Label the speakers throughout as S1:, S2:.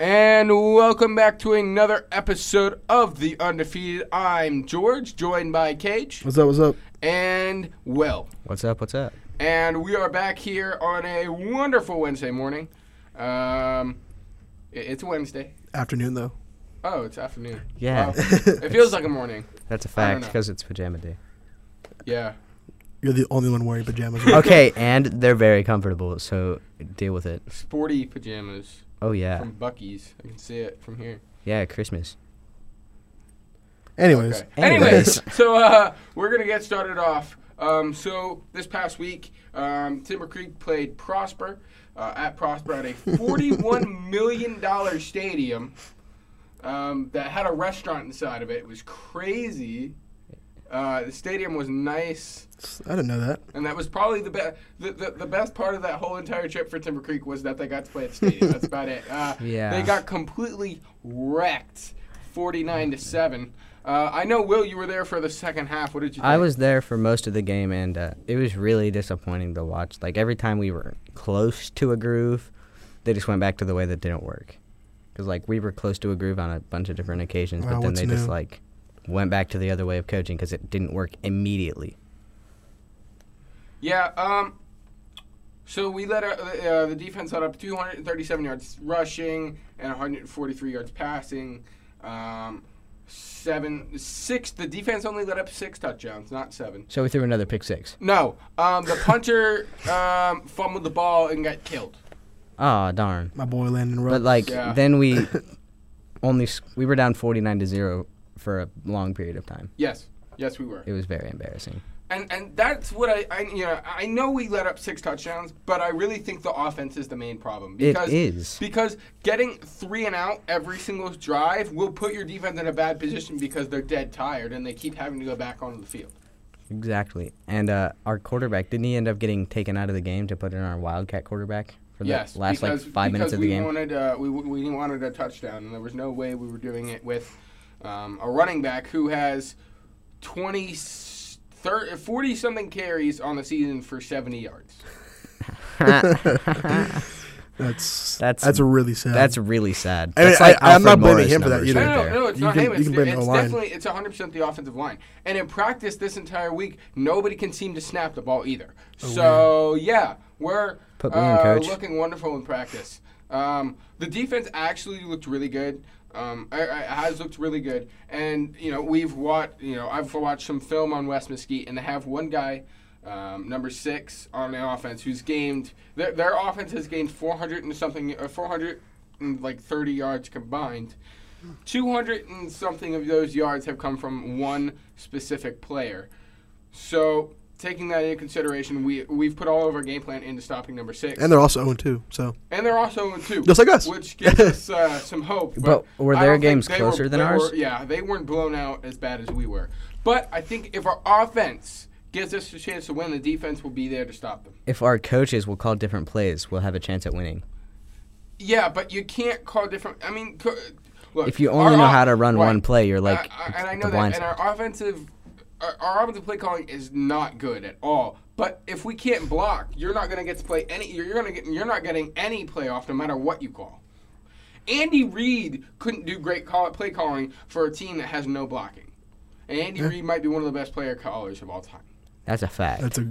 S1: And welcome back to another episode of The Undefeated. I'm George, joined by Cage
S2: What's up? What's up?
S1: and Will.
S3: What's up? What's up?
S1: And we are back here on a wonderful Wednesday morning. Um, i- it's Wednesday.
S2: Afternoon though.
S1: Oh, it's afternoon.
S3: Yeah.
S1: Wow. it feels like a morning.
S3: That's a
S1: I don't
S3: fact
S1: know.
S3: because it's pajama day.
S1: Yeah.
S2: You're the only one wearing pajamas.
S3: Okay, and they're very comfortable, so deal with it.
S1: Sporty pajamas
S3: Oh yeah,
S1: from Bucky's. I can see it from here.
S3: yeah, Christmas.
S2: Anyways,
S1: Okay. Anyways,
S3: Anyways.
S1: so uh, we're gonna get started off. Um, so this past week, um, Timber Creek played Prosper uh, at Prosper at a forty-one million dollar stadium um, that had a restaurant inside of it. It was crazy. Uh, the stadium was nice,
S2: I didn't know that.
S1: and that was probably the best. The, the, the best part of that whole entire trip for Timber Creek was that they got to play at the stadium. That's about it. Uh,
S3: Yeah.
S1: they got completely wrecked, forty-nine to seven. Uh, I know, Will, you were there for the second half. What did you? Think?
S3: I was there for most of the game, and uh, it was really disappointing to watch. Like every time we were close to a groove, they just went back to the way that didn't work. Because like we were close to a groove on a bunch of different occasions,
S2: Wow,
S3: but then
S2: what's
S3: they just
S2: new?
S3: like went back to the other way of coaching because it didn't work immediately.
S1: Yeah. Um. So we let our, uh, the defense let up 237 yards rushing and 143 yards passing. Um, seven, six. The defense only let up six touchdowns, not seven.
S3: So we threw another pick six.
S1: No. Um, the punter um, fumbled the ball and got killed.
S3: Ah, darn.
S2: My boy Landon Ruggs.
S3: But like
S1: Yeah.
S3: then we only s- we were down 49 to 0 for a long period of time.
S1: Yes. Yes, we were.
S3: It was very embarrassing.
S1: And and that's what I, I you know I know we let up six touchdowns, but I really think the offense is the main problem because
S3: is.
S1: because getting three and out every single drive will put your defense in a bad position because they're dead tired and they keep having to go back onto the field.
S3: Exactly. And uh, our quarterback didn't he end up getting taken out of the game to put in our Wildcat quarterback for the
S1: yes,
S3: last
S1: because,
S3: like 5
S1: because
S3: minutes of the
S1: we
S3: game?
S1: Wanted, uh, we we wanted a touchdown, and there was no way we were doing it with um, a running back who has 20, 30, 40 something carries on the season for seventy yards.
S2: that's that's
S3: That's-
S2: that's really sad.
S3: That's really sad.
S2: I mean,
S3: That's like
S2: I- I'm not
S3: Alfred
S2: blaming
S3: Morris
S2: him for that
S3: numbers
S2: either.
S3: right
S1: No, no,
S3: there.
S1: no, it's
S2: You
S1: not
S2: can-
S1: him.
S2: you
S1: It's,
S2: can blame
S1: it's
S2: the line.
S1: definitely it's 100 percent the offensive line. And in practice this entire week, nobody can seem to snap the ball either.
S2: Oh,
S1: so yeah, we're
S3: Put me in,
S1: uh,
S3: coach.
S1: looking wonderful in practice. Um, the defense actually looked really good. Um, I, I, has looked really good, and you know we've watched. You know I've watched some film on West Mesquite, and they have one guy, um, number six on the offense, who's gained their, their offense has gained 400 and something, uh, 400 and like 30 yards combined. 200 and something of those yards have come from one specific player. So, taking that into consideration, we we've put all of our game plan into stopping number six,
S2: and they're also 0 2. So
S1: And they're also in two,
S2: Just like us.
S1: which gives us uh, some hope. But,
S3: But were
S1: I
S3: their
S1: don't think
S3: games
S1: they were-
S3: closer than
S1: they
S3: ours?
S1: were- yeah, they weren't blown out as bad as we were. But I think if our offense gives us a chance to win, the defense will be there to stop them.
S3: If our coaches will call different plays, we'll have a chance at winning.
S1: Yeah, but you can't call different. I mean, co- look.
S3: If you only
S1: our
S3: know
S1: off-
S3: how to run
S1: right.
S3: one play, you're like
S1: I- I- and I
S3: the
S1: know that.
S3: blind
S1: And
S3: side.
S1: our offensive, our, our offensive play calling is not good at all. But if we can't block, you're not going to get to play any. You're, you're going to get. You're not getting any playoff, no matter what you call. Andy Reid couldn't do great call, play calling for a team that has no blocking. And Andy Reid might be one of the best player callers of all time.
S3: That's a fact.
S2: that's a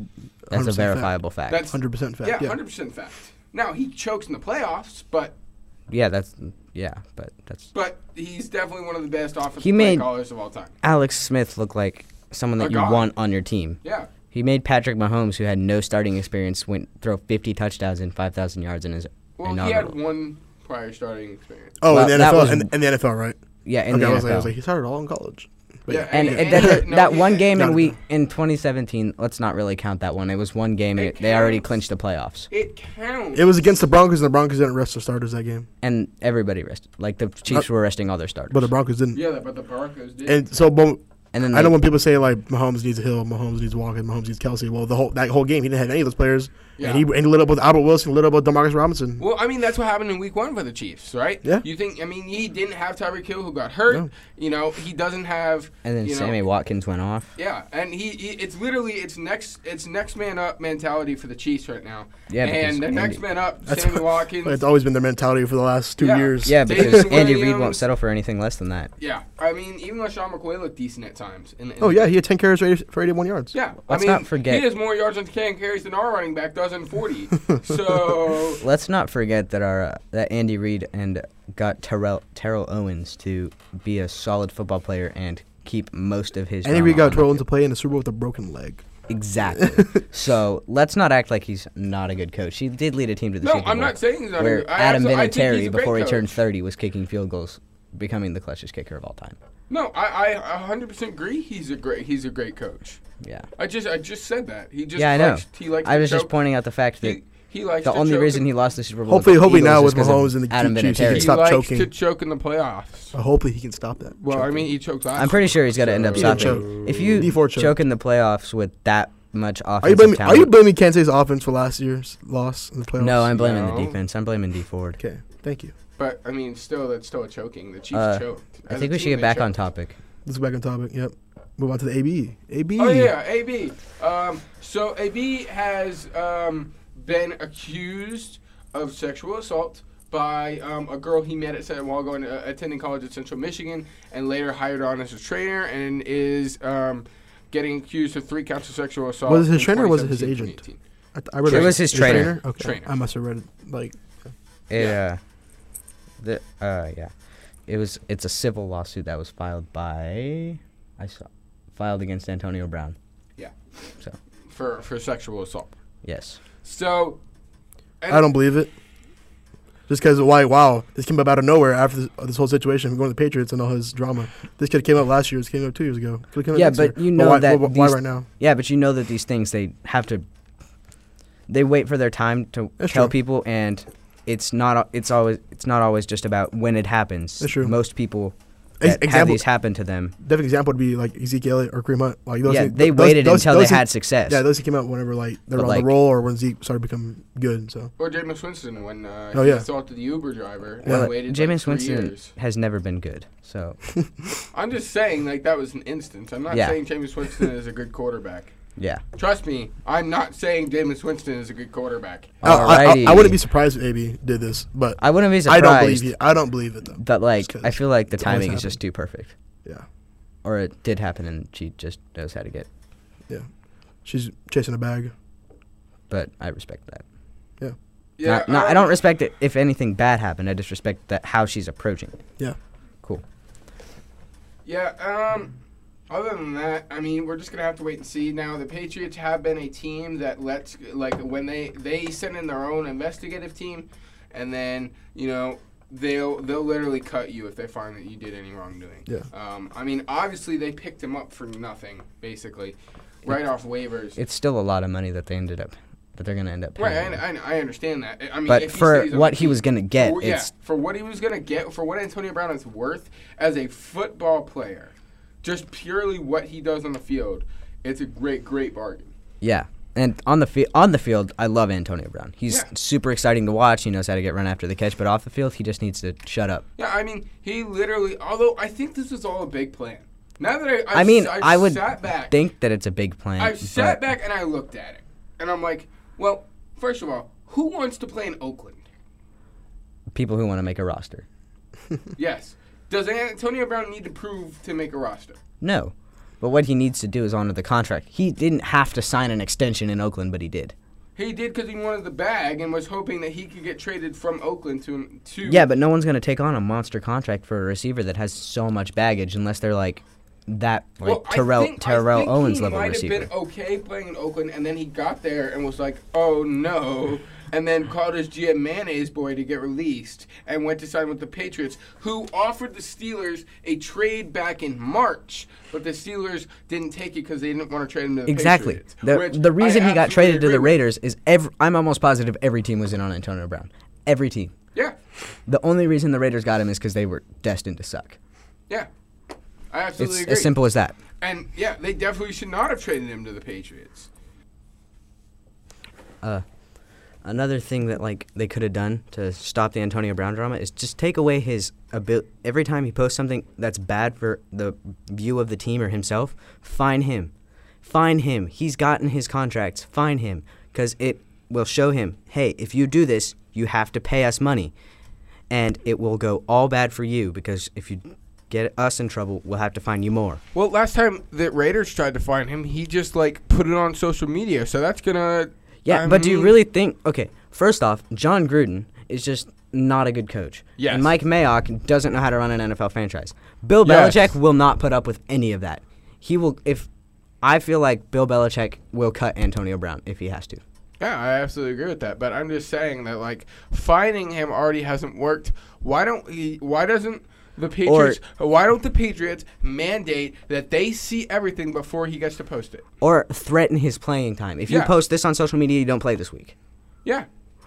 S3: That's
S2: 100%
S3: a
S2: fact.
S3: verifiable fact.
S1: That's
S2: 100% fact.
S1: yeah,
S2: Yeah,
S1: hundred percent fact. Now he chokes in the playoffs, but
S3: yeah, that's yeah, but that's
S1: but he's definitely one of the best offensive
S3: He
S1: play
S3: made-
S1: callers of all time.
S3: Alex Smith looked like someone
S1: A
S3: that you
S1: Oh, god.
S3: want on your team.
S1: Yeah.
S3: He made Patrick Mahomes, who had no starting experience, went throw 50 touchdowns and 5,000 yards in his
S1: Well, he
S3: inaugural.
S1: had one prior starting experience.
S2: Oh,
S3: Well,
S2: in the
S3: that
S2: NFL.
S3: was-
S2: in, in the NFL, right?
S3: yeah, in
S2: okay,
S3: the
S2: I, was like, I
S3: NFL.
S2: was like, he started all in college. But
S1: Yeah,
S3: and
S1: Yeah.
S3: it- that,
S1: No,
S3: that
S1: he-
S3: one game
S2: No,
S3: in
S2: no,
S3: we in 2017, let's not really count that one. It was one game. and
S1: It
S3: it- they already
S1: counts.
S3: clinched the playoffs,
S1: It counts.
S2: It was against the Broncos, and the Broncos didn't rest their starters that game.
S3: and everybody rested. Like the Chiefs were resting all their starters.
S2: Uh, But the Broncos didn't.
S1: yeah, but the Broncos did.
S2: And so, but,
S3: and then
S2: I know
S3: they-
S2: when people say like Mahomes needs Hill, Mahomes needs Walker, Mahomes needs Kelsey. Well, the whole that whole game, he didn't have any of those players,
S1: Yeah.
S2: And he and he lit up with Albert Wilson, lit up with Demarcus Robinson.
S1: Well, I mean, that's what happened in week one for the Chiefs, right?
S2: Yeah.
S1: You think, I mean, he didn't have Tyreek Hill, who got hurt.
S2: No.
S1: You know, he doesn't have.
S3: And then
S1: you know,
S3: Sammy Watkins went off.
S1: Yeah, and he, he it's literally it's next it's next man up mentality for the Chiefs right now.
S3: Yeah, because
S1: and the
S3: Andy-
S1: next man up,
S2: That's
S1: Sammy
S2: what-
S1: Watkins.
S2: It's always been their mentality for the last two
S1: Yeah.
S2: years.
S3: Yeah,
S1: Davis
S3: because Andy Reid won't
S1: Williams.
S3: settle for anything less than that.
S1: yeah, I mean, even LaShawn McCoy looked decent at times. In, in
S2: Oh yeah, he had ten carries for 80 for eighty-one yards.
S1: yeah.
S3: Let's
S1: I mean,
S3: not forget-
S1: he has more yards on can carries than our running back does in forty. so
S3: Let's not forget that our uh, that Andy Reid and got Terrell Terrell Owens to be a solid football player and keep most of his.
S2: And
S3: drama
S2: he
S3: on
S2: got
S3: the
S2: twirled
S3: field.
S2: to play in the Super Bowl with a broken leg.
S3: Exactly. so let's not act like he's not a good coach. He did lead a team to the
S1: no,
S3: Super Bowl.
S1: I'm not saying he's not. a
S3: where
S1: good- I
S3: Adam
S1: abso- I think he's a
S3: Vinatieri,
S1: great
S3: before he
S1: coach.
S3: turned 30, was kicking field goals, becoming the clutchest kicker of all time.
S1: No, I I 100 percent agree. He's a great he's a great coach.
S3: Yeah.
S1: I just I just said that he just
S3: yeah, I know.
S1: likes, he likes
S3: I
S1: to
S3: was just
S1: choke-
S3: pointing out the fact that
S1: he, he likes
S3: the
S1: to
S3: only
S1: choke
S3: reason
S1: and-
S3: he lost the Super Bowl.
S2: Hopefully-
S3: with the
S2: hopefully
S3: Eagles
S2: now with
S3: is 'cause
S2: Mahomes
S3: of
S2: and the
S3: Adam
S2: Chiefs, he
S3: Vinatieri.
S2: can stop
S1: likes
S2: choking.
S1: to choke in the playoffs.
S2: So hopefully he can stop that.
S1: Well, I
S2: choking.
S1: mean, he choked last.
S3: I'm pretty sure he's got to end up
S2: He's
S1: So-
S2: a
S3: stopping. If you
S2: D4 choke.
S3: choke in the playoffs with that much offensive
S2: are you blaming
S3: talent,
S2: are you blaming Kansas City's offense for last year's loss in the playoffs?
S3: no, I'm blaming
S1: No.
S3: the defense. I'm blaming D Ford.
S2: Okay, thank you.
S1: But I mean, still, that's still a choking. The Chiefs
S3: Uh,
S1: choked.
S3: I
S1: As
S3: think
S1: a
S3: we should
S1: team,
S3: get
S1: they
S3: back on
S1: choked.
S3: topic.
S2: Let's go back on topic. Yep. Move on to the E. AB. AB.
S1: Oh yeah, AB. Um, so AB has um, been accused of sexual assault by um, a girl he met at San while going uh, attending college at Central Michigan, and later hired on as a trainer, and is um, getting accused of three counts of sexual assault.
S2: Was it his
S1: in
S2: trainer or was it his
S1: 2017,
S2: agent?
S1: 2018.
S2: I, th- I read
S1: It
S3: was his trainer.
S2: Okay.
S1: Trainer.
S2: I must have read it. Like
S3: It,
S1: Yeah.
S3: uh, the uh, yeah, it was. It's a civil lawsuit that was filed by, I saw, filed against Antonio Brown.
S1: For for sexual assault.
S3: Yes.
S1: So. and-
S2: I don't believe it. Just because why? Wow, this came up out of nowhere after this, this whole situation, him going to the Patriots and all his drama. This kid came up last year. This came up two years ago. Could've came up
S3: Yeah,
S2: next year.
S3: but you know
S2: why,
S3: that
S2: why, why
S3: these-
S2: right now?
S3: Yeah, but you know that these things they have to. They wait for their time to
S2: That's
S3: tell
S2: true.
S3: people, and it's not. al- It's always. It's not always just about when it happens.
S2: That's true.
S3: Most people
S2: Ex-
S3: that have
S2: example-
S3: these happen to them.
S2: Definite example would be like Ezekiel Elliott or Kareem Hunt. Like those
S3: yeah,
S2: things-
S3: they
S2: those-
S3: waited
S2: those-
S3: until
S2: those
S3: they
S2: things-
S3: had success.
S2: Yeah, those came out whenever like they
S3: But,
S2: were on
S3: like-
S2: the roll or when Zeke started becoming good. So
S1: Or Jameis Winston when uh,
S2: Oh,
S1: he
S2: yeah.
S1: assaulted the Uber driver and
S2: Yeah.
S3: well,
S1: waited
S3: Jameis
S1: like, three
S3: Winston
S1: years.
S3: has never been good. So
S1: I'm just saying, like that was an instance. I'm not
S3: Yeah.
S1: saying Jameis Winston is a good quarterback.
S3: yeah.
S1: Trust me, I'm not saying Jameis Winston is a good quarterback.
S2: I, I, I, I wouldn't
S3: Alrighty.
S2: be surprised if AB did this, but
S3: I wouldn't be
S2: I
S3: surprised.
S2: don't believe it. I don't believe it though.
S3: But like,
S2: Just
S3: I
S2: 'cause
S3: feel like the
S2: it's always
S3: timing is just too perfect,
S2: Yeah,
S3: or it did happen, and she just knows how to get.
S2: she's chasing a bag.
S3: But I respect that.
S1: Yeah, um,
S3: Not- not- I don't respect it if anything bad happened. I just respect that how she's approaching it.
S2: Yeah.
S3: Cool.
S1: Yeah. Um. Other than that, I mean, we're just gonna have to wait and see. Now, the Patriots have been a team that lets, like, when they they send in their own investigative team, and then you know they'll they'll literally cut you if they find that you did any wrongdoing.
S2: Yeah.
S1: Um. I mean, obviously they picked him up for nothing, basically, right off waivers.
S3: It's still a lot of money that they ended up that they're gonna end up paying.
S1: Right. I, I, I understand that. I I mean,
S3: Um, but
S1: if he
S3: for
S1: stays on
S3: what
S1: the
S3: he
S1: team-
S3: was gonna get,
S1: for, yeah,
S3: it's
S1: for what he was gonna get, for what Antonio Brown is worth as a football player, just purely what he does on the field, it's a great, great bargain.
S3: yeah. And on the fi- on the field, I love Antonio Brown. He's
S1: Yeah.
S3: super exciting to watch. He knows how to get run after the catch. But off the field, he just needs to shut up.
S1: Yeah, I mean, he literally. Although I think this was all a big plan. Now that I, I've
S3: I mean,
S1: s- I've
S3: I would
S1: sat back.
S3: Think that it's a big plan.
S1: I sat
S3: but-
S1: back and I looked at it, and I'm like, well, first of all, who wants to play in Oakland?
S3: people who want to make a roster.
S1: yes. Does Antonio Brown need to prove to make a roster?
S3: No. But what he needs to do is honor the contract. He didn't have to sign an extension in Oakland, but he did.
S1: He did because he wanted the bag and was hoping that he could get traded from Oakland to to
S3: Yeah, but no one's going to take on a monster contract for a receiver that has so much baggage unless they're like that like
S1: Well, I
S3: Terrell
S1: think- I
S3: Terrell
S1: think
S3: Owens
S1: he
S3: level
S1: might
S3: receiver.
S1: have been okay playing in Oakland, and then he got there and was like, "Oh no," and then called his GM Mayonnaise boy to get released, and went to sign with the Patriots, who offered the Steelers a trade back in March, but the Steelers didn't take it because they didn't want to trade him to the
S3: Exactly.
S1: Patriots.
S3: The,
S1: which
S3: the
S1: I
S3: reason he got
S1: absolutely
S3: traded to
S1: agree
S3: the
S1: with.
S3: Raiders is every, I'm almost positive every team was in on Antonio Brown. Every team.
S1: Yeah,
S3: The only reason the Raiders got him is because they were destined to suck.
S1: yeah, I
S3: It's
S1: absolutely agree.
S3: as simple as that.
S1: and yeah, they definitely should not have traded him to the Patriots.
S3: Another thing that like they could have done to stop the Antonio Brown drama is just take away his abil- every time he posts something that's bad for the view of the team or himself, fine him. Fine him. He's gotten his contracts. Fine him cuz it will show him, "Hey, if you do this, you have to pay us money." And it will go all bad for you because if you get us in trouble, we'll have to find you more.
S1: Well, last time the Raiders tried to find him, he just like put it on social media. So that's gonna.
S3: Yeah,
S1: I
S3: but do you
S1: mean-
S3: really think? Okay, first off, John Gruden is just not a good coach.
S1: Yes.
S3: And Mike Mayock doesn't know how to run an NFL franchise. Bill
S1: Yes.
S3: Belichick will not put up with any of that. He will if I feel like Bill Belichick will cut Antonio Brown if he has to.
S1: Yeah, I absolutely agree with that. But I'm just saying that like finding him already hasn't worked. Why don't he? Why doesn't the Patriots? why don't the Patriots mandate that they see everything before he gets to post it?
S3: Or threaten his playing time. If you
S1: Yeah.
S3: post this on social media, you don't play this week.
S1: Yeah.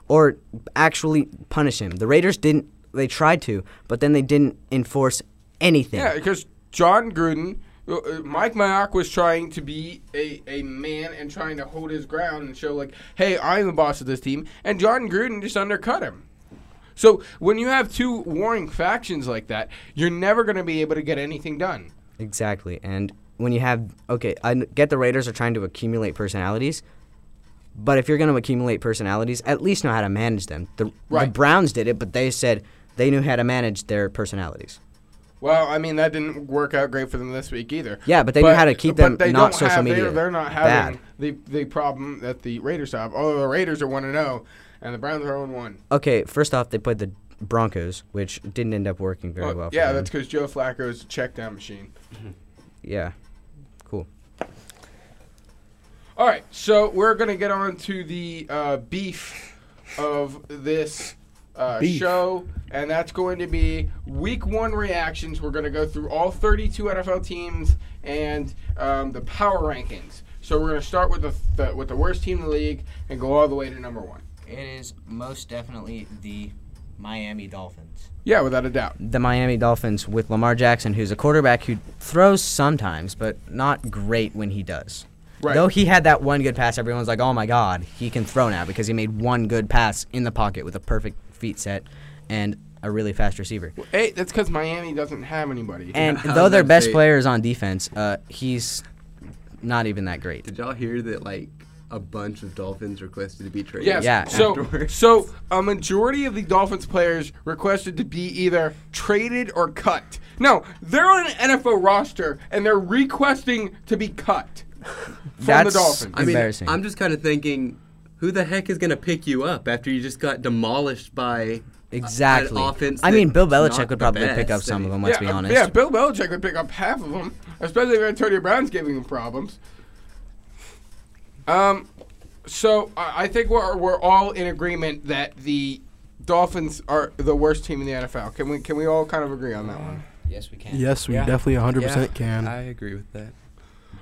S3: Or actually punish him. The Raiders didn't they tried to, but then they didn't enforce anything.
S1: Yeah, because John Gruden, uh, uh, Mike Mayock was trying to be a, a man and trying to hold his ground and show, like, hey, I'm the boss of this team. And John Gruden just undercut him. So when you have two warring factions like that, you're never going to be able to get anything done.
S3: Exactly. And when you have okay, I n- get the Raiders are trying to accumulate personalities, but if you're going to accumulate personalities, at least know how to manage them. The, the
S1: Right.
S3: Browns did it, but they said they knew how to manage their personalities.
S1: Well, I mean, that didn't work out great for them this week either.
S3: Yeah, but they knew how to keep
S1: but
S3: them
S1: they don't
S3: not social
S1: have,
S3: media
S1: They're, they're not having the, the problem that the Raiders have. Oh, the Raiders are 1 and 0, and the Browns are 0 and 1.
S3: Okay, first off, they played the Broncos, which didn't end up working very
S1: Well,
S3: well. For
S1: Oh, yeah,
S3: them.
S1: that's because Joe Flacco is a check down machine.
S3: yeah, cool.
S1: All right, so we're gonna get on to the uh, beef of this uh,
S2: Beef.
S1: show, and that's going to be Week One reactions. We're gonna go through all 32 NFL teams and um, the power rankings. So we're gonna start with the, the with the worst team in the league and go all the way to number one.
S4: It is most definitely the Miami Dolphins.
S1: Yeah, without a doubt.
S3: The Miami Dolphins with Lamar Jackson, who's a quarterback who throws sometimes, but not great when he does.
S1: Right.
S3: Though he had that one good pass, everyone's like, "Oh my God, he can throw now" because he made one good pass in the pocket with a perfect feet set and a really fast receiver.
S1: Hey, that's because Miami doesn't have anybody.
S3: And
S5: I was
S3: though their
S5: gonna
S3: best
S5: say-
S3: player is on defense, uh, he's not even that great.
S5: Did y'all hear that like a bunch of Dolphins requested to be traded?
S1: Yes.
S3: Yeah,
S1: So,
S5: afterwards?
S1: so a majority of the Dolphins players requested to be either traded or cut. No, they're on an NFL roster and they're requesting to be cut from
S3: That's-
S1: the Dolphins.
S5: I mean,
S3: Embarrassing.
S5: I'm just kind of thinking, who the heck is gonna pick you up after you just got demolished by
S3: Exactly.
S5: an offense?
S3: I mean, Bill
S5: that's not
S3: Belichick would
S5: the
S3: probably pick
S5: best.
S3: up
S5: I
S3: some of
S5: mean,
S3: them. Let's
S1: yeah,
S3: be
S1: uh,
S3: honest.
S1: Yeah, Bill Belichick would pick up half of them, especially if Antonio Brown's giving him problems. Um, so I, I think we're we're all in agreement that the Dolphins are the worst team in the NFL. Can we can we all kind of agree on that one?
S4: Yes, we can.
S2: Yes, we
S5: Yeah.
S2: definitely 100%
S5: Yeah,
S2: can.
S5: I agree with that.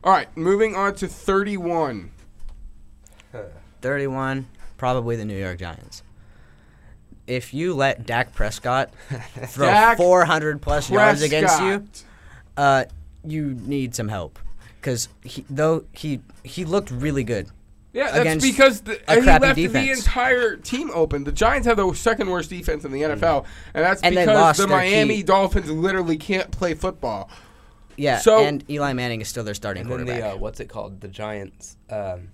S1: All right, moving on to 31.
S3: 31, probably the New York Giants. If you let Dak Prescott throw
S1: Dak
S3: 400 plus yards against you,
S1: Prescott.
S3: uh, you need some help. Because he, though he he looked really good,
S1: Yeah, that's
S3: against
S1: because the,
S3: a
S1: he
S3: crappy
S1: left the
S3: defense.
S1: entire team open. The Giants have the second worst defense in the NFL, and that's
S3: Mm. And they
S1: because
S3: lost
S1: the
S3: their
S1: Miami
S3: key.
S1: Dolphins literally can't play football.
S3: yeah,
S1: So-
S3: and Eli Manning is still their starting
S6: And then
S3: quarterback.
S6: the uh, what's it called? The Giants. Um,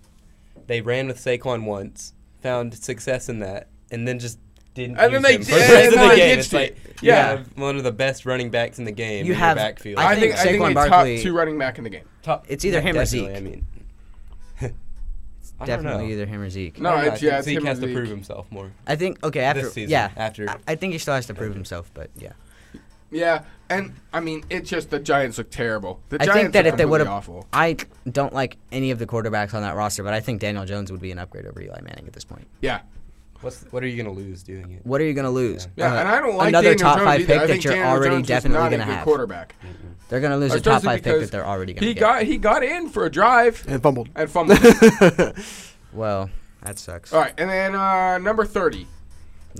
S6: they ran with Saquon once, found success in that, and then just didn't.
S1: And then
S6: use
S1: they
S6: him
S1: did-
S6: for the rest
S1: and
S6: of
S1: then
S6: the
S1: they
S6: game. It's
S1: ditched
S6: like
S1: it.
S6: you
S3: Yeah.
S6: have one of the best running backs in the game.
S3: You
S6: in
S3: have-
S6: your backfield.
S1: I,
S3: I
S1: think,
S3: think
S1: I think
S3: Saquon
S1: they
S3: Barkley- Oh,
S1: top two running back in the game.
S6: Top-
S3: It's either him or
S6: definitely,
S3: Zeke.
S6: I mean, I don't
S3: Definitely
S6: know.
S3: either him or Zeke.
S1: No,
S6: I don't know.
S1: it's- yeah,
S6: I think
S1: it's
S6: Zeke
S1: him or
S6: has
S1: Zeke.
S6: to prove himself more.
S3: I think okay after
S6: This season,
S3: yeah
S6: after-
S3: I, I think he still has to prove himself, but yeah.
S1: Yeah, and I mean, it's just the Giants look terrible. The
S3: I
S1: Giants
S3: think that
S1: are
S3: if they would
S1: completely
S3: have,
S1: awful.
S3: I don't like any of the quarterbacks on that roster, but I think Daniel Jones would be an upgrade over Eli Manning at this point.
S1: Yeah.
S6: What's what are you gonna lose doing it?
S3: What are you gonna lose?
S1: Yeah,
S3: Uh,
S1: and I don't like
S3: another
S1: Daniel
S3: top
S1: Jones
S3: five
S1: either.
S3: pick
S1: I
S3: that
S1: think
S3: you're
S1: Daniel
S3: already
S1: Jones was
S3: definitely
S1: not a
S3: gonna
S1: good
S3: have.
S1: quarterback.
S3: They're gonna lose a top
S1: Especially
S3: five pick
S1: because
S3: that they're already gonna
S1: He
S3: get.
S1: got he got in for a drive
S2: and fumbled.
S1: and fumbled.
S3: well, that sucks.
S1: All right, and then uh, number 30.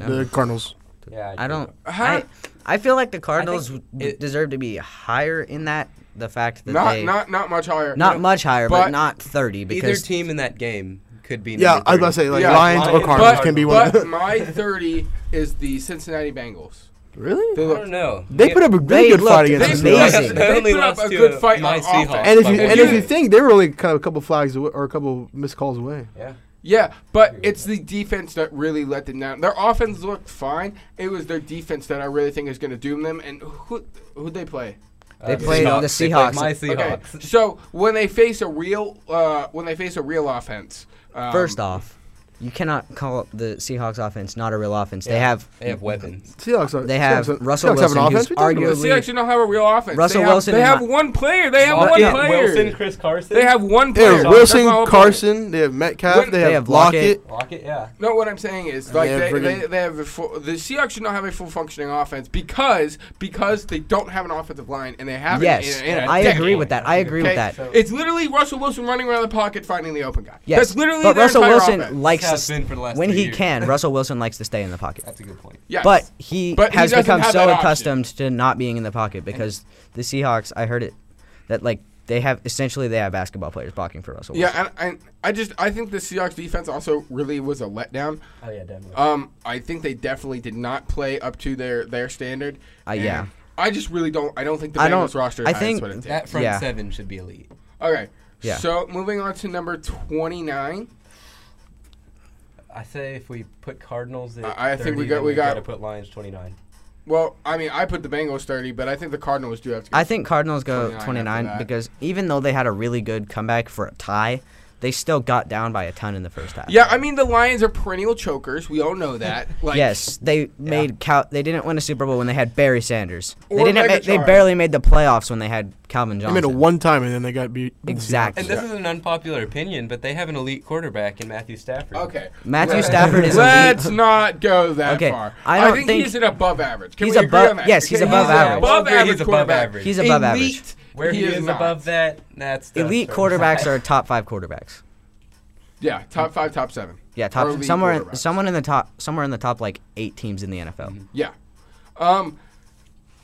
S3: No.
S2: The Cardinals.
S6: Yeah,
S3: I don't.
S1: How-
S3: I, I feel like the Cardinals
S6: think
S3: w-
S6: it-
S3: deserve to be higher in that. The fact that
S1: Not
S3: they
S1: not not much higher.
S3: not much higher, but,
S1: but
S3: not thirty because
S6: Either team in that game could be.
S2: Yeah,
S6: number
S2: I was about to
S6: three.
S2: say like
S1: Yeah,
S2: Lions or
S6: Lions.
S2: Cardinals
S6: But-
S2: can be one. of
S1: But
S2: them.
S1: my 30 is the Cincinnati Bengals.
S2: really?
S1: They
S6: I
S1: look
S6: don't know.
S2: They put up a really
S3: They
S2: good fight
S3: looked
S2: against
S1: They-
S2: us.
S3: amazing.
S1: They,
S6: Only
S1: put up
S6: lost
S1: a
S6: to
S1: good fight
S6: my
S1: on
S6: Seahawks.
S1: offense.
S2: And if you and
S6: Like, what
S2: if
S6: do
S2: you
S6: you-
S2: think they were only kind of a couple flags away, or a couple missed calls away.
S6: Yeah.
S1: Yeah, but it's the defense that really let them down. Their offense looked fine. It was their defense that I really think is going to doom them. And who who'd they play?
S3: They
S6: Uh,
S3: played the
S6: They played
S3: Seahawks.
S6: my
S1: Okay,
S6: Seahawks.
S1: so when they face a real uh, when they face a real offense, um,
S3: First off, you cannot call the Seahawks offense not a real offense. They have
S6: They have weapons.
S2: Seahawks are.
S3: They have
S2: Seahawks are-
S3: Russell
S2: Seahawks have an
S3: Wilson, who's
S2: offense? What are you talking
S1: the
S2: about?
S3: arguably-
S1: Seahawks don't have a real offense.
S3: Russell
S1: they have,
S3: Wilson
S1: They
S3: and
S1: have
S3: my-
S1: one player. They have one
S6: Lockett,
S1: player.
S6: Wilson, Chris Carson.
S1: They have one
S2: They
S1: player.
S2: have
S1: That's my whole
S2: Wilson,
S1: point.
S2: Carson. They have Metcalf.
S1: When-
S2: They
S3: They
S2: have
S3: have
S2: Lockett.
S6: Lockett. Yeah.
S1: No, what I'm saying is, like,
S2: they have
S1: they,
S2: friggin-
S1: they, they have a full, the Seahawks should not have a full functioning offense because because they don't have an offensive line and they haven't.
S3: yes.
S1: in, in a
S3: I agree
S1: decade.
S3: with that. I agree with
S1: Okay?
S3: that.
S1: It's literally Russell Wilson running around the pocket finding the open guy.
S3: Yes,
S1: That's literally
S3: but
S1: their
S3: Russell
S1: entire
S3: Wilson
S1: offense.
S3: likes to
S6: Has been for the last
S3: when
S6: three
S3: he
S6: years.
S3: can. Russell Wilson likes to stay in the pocket.
S6: That's a good point.
S1: Yes.
S3: But he
S1: But he
S3: has
S1: doesn't
S3: become
S1: have that
S3: so
S1: option.
S3: accustomed to not being in the pocket because the Seahawks, I heard it, that like they have essentially they have basketball players blocking for Russell. Wilson.
S1: yeah, and, and I just I think the Seahawks defense also really was a letdown.
S6: Oh yeah, definitely.
S1: Um, I think they definitely did not play up to their their standard.
S3: Uh, yeah.
S1: And I just really don't. I don't think the
S3: I
S1: Bengals
S3: don't-
S1: roster.
S3: I
S1: has
S3: think
S1: what it takes.
S6: that front
S3: yeah.
S6: seven should be elite.
S1: Okay.
S3: Yeah.
S1: So moving on to number twenty nine.
S6: I say if we put Cardinals at
S1: I- I think
S6: 30,
S1: we got-
S6: then
S1: we got-
S6: to put Lions 29.
S1: Well, I mean, I put the Bengals thirty, but I think the Cardinals do have to. Go.
S3: I think Cardinals go
S1: 29
S3: 29,
S1: after that.
S3: because even though they had a really good comeback for a tie, they still got down by a ton in the first half.
S1: Yeah, I mean, the Lions are perennial chokers. We all know that. Like,
S3: yes, they made Cal- they didn't win a Super Bowl when they had Barry Sanders. They
S1: Or
S3: didn't
S1: Megatron.
S3: ma- they barely made the playoffs when they had Calvin
S2: They
S3: Johnson.
S2: made it one time and then they got beat. by the
S3: Exactly.
S6: And
S2: Seahawks.
S6: this is an unpopular opinion, but they have an elite quarterback in Matthew Stafford.
S1: Okay.
S3: Matthew
S1: Let's-
S3: Stafford is
S1: Let's
S3: elite.
S1: not go that
S3: Okay,
S1: far.
S3: I don't
S1: think,
S3: think-
S1: he's an above average. Can
S3: He's
S1: we agree
S3: above-
S1: on that?
S3: yes, he's
S1: Okay,
S3: above average.
S6: We'll
S1: Above
S6: agree he's
S1: average
S6: above
S1: quarterback.
S6: average.
S3: He's above average.
S1: Elite,
S6: Where he, is,
S1: not.
S6: above that, that's the
S3: Elite
S6: third.
S3: quarterbacks are top five quarterbacks.
S1: Yeah, top five, top seven.
S3: Yeah,
S1: Or
S3: top
S1: elite
S3: somewhere
S1: quarterbacks. Mm-hmm.
S3: someone in the top somewhere in the top like eight teams in the NFL.
S1: Yeah. Um,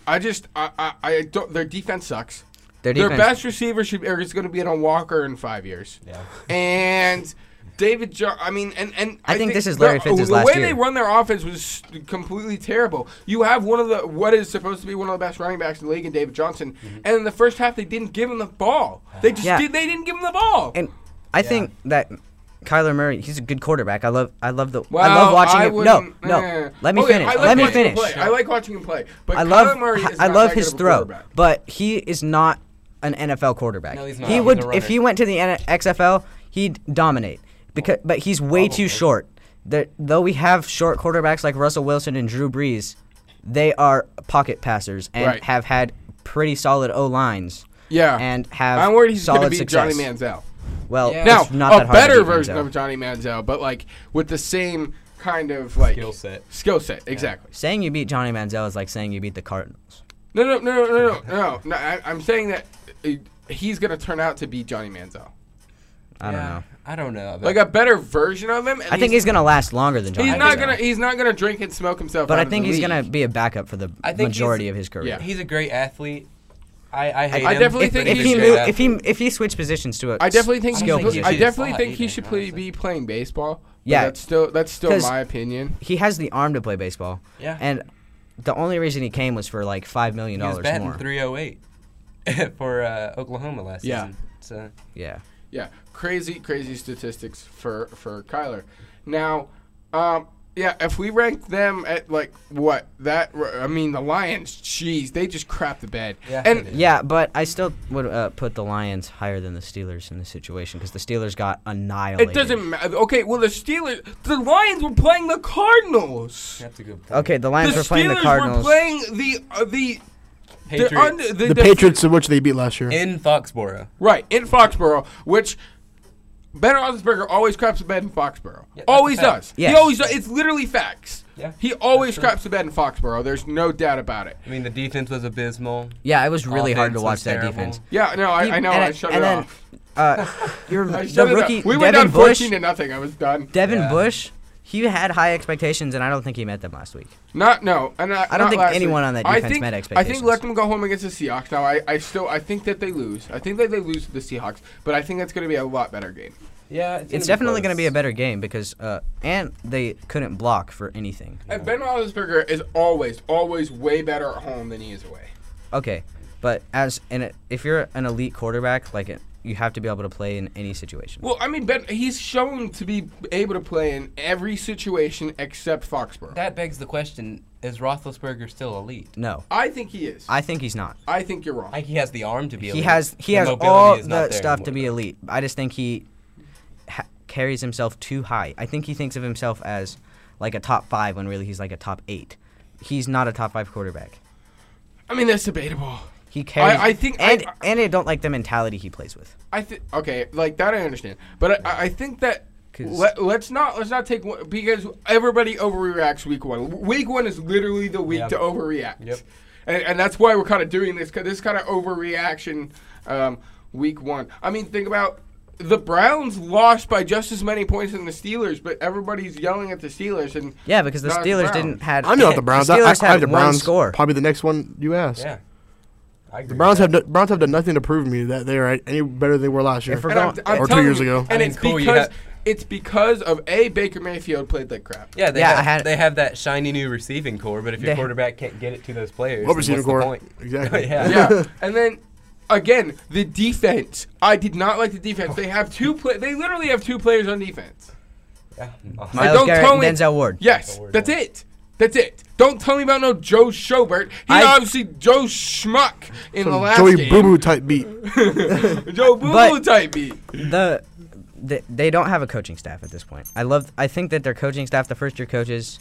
S1: I just I, I I don't. Their defense sucks.
S3: Their
S1: Their
S3: defense-
S1: best receiver should or is going to be on Walker in five years.
S6: Yeah.
S1: And David, jo- I mean, and and
S3: I think this is Larry
S1: the-
S3: Fitz's
S1: the
S3: last
S1: way
S3: year.
S1: they run their offense was completely terrible. You have one of the what is supposed to be one of the best running backs in the league, in David Johnson,
S6: Mm-hmm.
S1: and in the first half they didn't give him the ball. They just
S3: Yeah.
S1: did. They didn't give him the ball.
S3: And I think that Kyler Murray, he's a good quarterback. I love I love the
S1: Well,
S3: I love watching him. No,
S1: wouldn't-
S3: no.
S1: eh.
S3: Let me
S1: Okay,
S3: finish.
S1: I like
S3: Let me
S1: watching him
S3: finish.
S1: play. I like watching him play, but
S3: I love
S1: Kyler Murray is
S3: I
S1: not
S3: love
S1: that
S3: his
S1: good of a
S3: throw,
S1: quarterback.
S3: but he is not an NFL quarterback.
S6: No, he's not.
S3: He
S6: He's
S3: would
S6: a
S3: if
S6: runner.
S3: he went to the N- XFL, he'd dominate because but he's way too short. There, though we have short quarterbacks like Russell Wilson and Drew Brees, they are pocket passers and
S1: Right.
S3: have had pretty solid O lines.
S1: Yeah.
S3: and have
S1: I'm worried he's going to
S3: solid
S1: be
S3: success.
S1: Johnny Manziel.
S3: Well,
S6: Yeah.
S1: Now,
S3: it's not that
S1: a
S3: hard to
S1: better
S3: beat
S1: version
S3: Manziel.
S1: of Johnny Manziel, but like with the same kind of like
S6: Skill set.
S1: Skill set, exactly.
S3: Saying you beat Johnny Manziel is like saying you beat the Cardinals.
S1: No, no, no, no, no, no. no I, I'm saying that uh, he's going to turn out to be Johnny Manziel,
S3: I don't know.
S6: I don't know. about-
S1: like a better version of him.
S3: I think he's gonna last longer than Johnny.
S1: He's not
S3: Manziel,
S1: gonna. He's not gonna drink and smoke himself.
S3: but
S1: out
S3: I
S1: of the
S3: think he's
S1: league.
S3: gonna be a backup for the
S6: I think
S3: majority
S6: he's-
S3: of his career.
S1: yeah.
S6: He's a great athlete. I, I hate
S1: I
S6: him,
S1: definitely
S3: If,
S1: think
S3: if
S1: he's
S3: he
S1: a
S3: move,
S1: great
S3: if he if he switched positions to a
S1: I definitely think.
S3: s-
S1: He's,
S3: skill
S6: think
S1: supposed-
S6: he
S1: I
S3: position,
S6: should.
S1: definitely
S6: slot
S1: think he
S6: either,
S1: should play,
S6: honestly.
S1: be playing baseball. but
S3: Yeah.
S1: that's still that's still
S3: 'Cause-
S1: my opinion.
S3: he has the arm to play baseball.
S6: Yeah.
S3: And the only reason he came was for like five million
S6: He was
S3: dollars
S6: batting
S3: more.
S6: 308 for uh, Oklahoma last
S1: Yeah.
S6: season. So
S3: Yeah.
S1: Yeah, crazy, crazy statistics for for Kyler. Now, um, yeah, if we rank them at like what that, I mean, the Lions, jeez, they just crap the bed.
S6: Yeah,
S1: and
S6: they did.
S3: Yeah, but I still would uh, put the Lions higher than the Steelers in this situation because the Steelers got annihilated.
S1: it doesn't matter. Okay, well, the Steelers, the Lions were playing the Cardinals.
S6: that's a good point.
S3: Okay, the
S1: The
S3: Lions were
S1: Steelers
S3: playing the
S1: were
S3: Cardinals.
S1: playing the uh, the
S6: Patriots
S1: the, under, the,
S2: The Patriots, of which they beat last year.
S6: in Foxborough.
S1: right in Foxborough, which. Ben Roethlisberger always craps the bed in Foxborough.
S6: that's a
S1: always
S6: fact.
S1: does. He
S3: Yes.
S1: always does. It's literally facts.
S6: Yeah,
S1: He always
S6: that's true.
S1: craps the bed in Foxborough. There's no doubt about it.
S6: I mean, the defense was abysmal.
S3: yeah, it was really hard to
S6: Offense
S3: watch
S6: was
S3: that
S6: terrible.
S3: defense.
S1: Yeah, no, I,
S3: He-
S1: I know.
S3: and
S1: I
S3: it-
S1: shut
S3: and
S1: it
S3: then,
S1: off.
S3: Uh, your,
S1: I shut it
S3: the
S1: off.
S3: rookie
S1: We went down
S3: Devin Bush.
S1: fourteen to nothing. I was done.
S3: Devin
S6: Yeah.
S3: Bush, he had high expectations, and I don't think he met them last week.
S1: Not no, and not,
S3: I don't
S1: not
S3: think
S1: last week.
S3: anyone on that
S1: I
S3: defense
S1: think,
S3: met
S1: I
S3: expectations.
S1: think let them go home against the Seahawks. Now I, I still I think that they lose. I think that they lose to the Seahawks, but I think that's going to be a lot better game.
S6: Yeah,
S3: It's definitely going to be a better game because uh, and they couldn't block for anything.
S1: And Ben Roethlisberger is always, always way better at home than he is away.
S3: Okay, but as and if you're an elite quarterback, like it, you have to be able to play in any situation.
S1: Well, I mean, Ben, he's shown to be able to play in every situation except Foxborough.
S6: That begs the question: Is Roethlisberger still elite?
S3: no,
S1: I think he is. I,
S3: I think he's not.
S1: think you're wrong.
S6: I think he has the arm to be.
S3: He
S6: elite.
S3: has he
S6: The
S3: has
S6: mobility
S3: all
S6: is not
S3: the
S6: there
S3: stuff to be
S6: anymore.
S3: elite. I just think he ha- carries himself too high. I think he thinks of himself as like a top five when really he's like a top eight. He's not a top five quarterback.
S1: I mean, that's debatable.
S3: He carries.
S1: I think- I-
S3: and and I don't like the mentality he plays with.
S1: I think okay, like that I understand, but I, I think that
S3: 'Cause-
S1: let, let's not let's not take one, because everybody overreacts week one. Week one is literally the week
S6: Yeah.
S1: to overreact.
S6: Yep.
S1: And, and that's why we're kind of doing this. 'cause This kind of overreaction, um, week one. I mean, think about the Browns lost by just as many points than the Steelers, but everybody's yelling at the Steelers. And
S3: Yeah, because the
S1: Not the
S3: Steelers
S1: Browns.
S3: didn't had.
S2: I'm not the Browns. I, I,
S3: Steelers
S2: I
S3: had
S2: have the
S3: one
S2: Browns.
S3: score.
S2: Probably the next one you ask.
S6: Yeah, I agree.
S2: The Browns
S6: with
S2: have no, Browns have done nothing to prove me that they are any better than they were last year.
S3: If we're
S1: and I'm-
S3: going-
S1: I'm
S2: Or two
S1: telling
S2: years
S1: you,
S2: ago.
S1: and
S6: I mean,
S1: it's
S6: cool, you
S1: because
S6: ha-
S1: it's because of a Baker Mayfield played like crap.
S6: that. Yeah, they
S3: Yeah, I
S6: have,
S3: had-
S6: they have that shiny new receiving core, but if your
S3: They-
S6: quarterback can't get it to those players,
S2: What
S6: then
S2: receiving
S6: what's the
S2: core?
S6: point?
S2: Exactly.
S6: yeah.
S1: yeah. And then again, the defense. I did not like the defense. They have two play. They literally have two players on defense.
S6: Yeah.
S1: My-
S3: Miles
S1: don't
S3: Garrett
S1: tell
S3: and
S1: me-
S3: Denzel Ward.
S1: Yes,
S6: Forward,
S1: that's
S6: yeah.
S1: it. That's it. Don't tell me about no Joe Schobert. He's
S3: I-
S1: obviously Joe Schmuck in the last
S2: Joey
S1: game.
S2: Boo Boo type beat.
S1: Joe Boo Boo
S3: But-
S1: type beat.
S3: the they, they don't have a coaching staff at this point. I love. I think that their coaching staff, the first year coaches,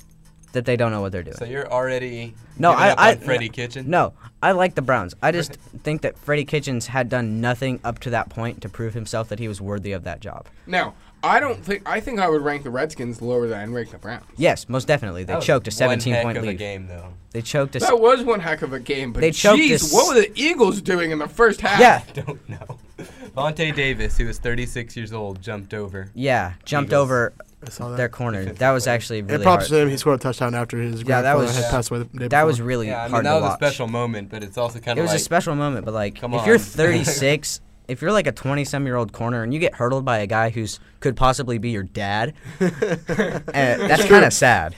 S3: that they don't know what they're doing.
S6: So you're already
S3: No,
S6: giving
S3: I-
S6: up
S3: I-
S6: on Freddie Kitchen.
S3: no, I like the Browns. I just think that Freddie Kitchens had done nothing up to that point to prove himself that he was worthy of that job.
S1: Now, I don't think. I think I would rank the Redskins lower than I rank the Browns.
S3: Yes, most definitely. They
S6: That was
S3: choked a
S6: one
S3: 17
S6: heck
S3: point
S6: of a
S3: lead.
S6: game though.
S3: They choked a. s-
S1: That was one heck of a game, but
S3: They choked
S1: jeez,
S3: us-
S1: what were the Eagles doing in the first half?
S3: yeah,
S6: I don't know. Vontae Davis, who is 36 years old, jumped over.
S3: yeah, jumped
S6: Eagles.
S3: over
S2: I saw that.
S3: their corner. That was actually
S2: And
S3: really
S2: props to
S3: hard.
S2: him. He scored a touchdown after his
S3: Yeah, that
S2: grandfather
S3: was-
S2: had passed away. The day
S3: That was
S2: before.
S3: really
S6: Yeah, I mean
S3: hard
S6: that
S3: to
S6: was a
S3: watch.
S6: special moment, but it's also kind
S3: It
S6: of
S3: was
S6: like
S3: a special moment, but like,
S6: Come
S3: if you're
S6: on.
S3: 36, if you're like a 20 some year old corner and you get hurdled by a guy who's could possibly be your dad, eh, that's kind of sad.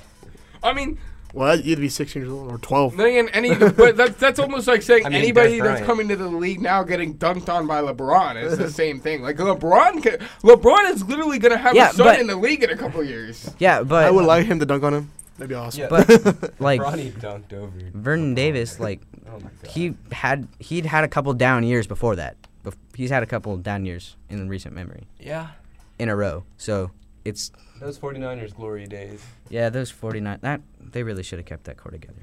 S1: I mean,
S2: Well, you'd be 16 years old or 12.
S1: Then again, any but that's that's almost like saying
S6: I mean,
S1: anybody
S6: Dez Bryant.
S1: that's coming to the league now getting dunked on by LeBron is the same thing. Like LeBron, can, LeBron is literally gonna have
S3: Yeah,
S1: a son
S3: but-
S1: in the league in a couple years.
S3: Yeah, but
S2: I would like him to dunk on him. That'd be awesome.
S6: Yeah.
S3: but like
S6: Bronny dunked over.
S3: Vernon Davis, like
S6: Oh my god.
S3: he had he'd had a couple down years before that. Bef- He's had a couple down years in recent memory
S6: yeah.
S3: in a row. So it's
S6: Those 49ers glory days.
S3: yeah, those 49 that they really should have kept that core together.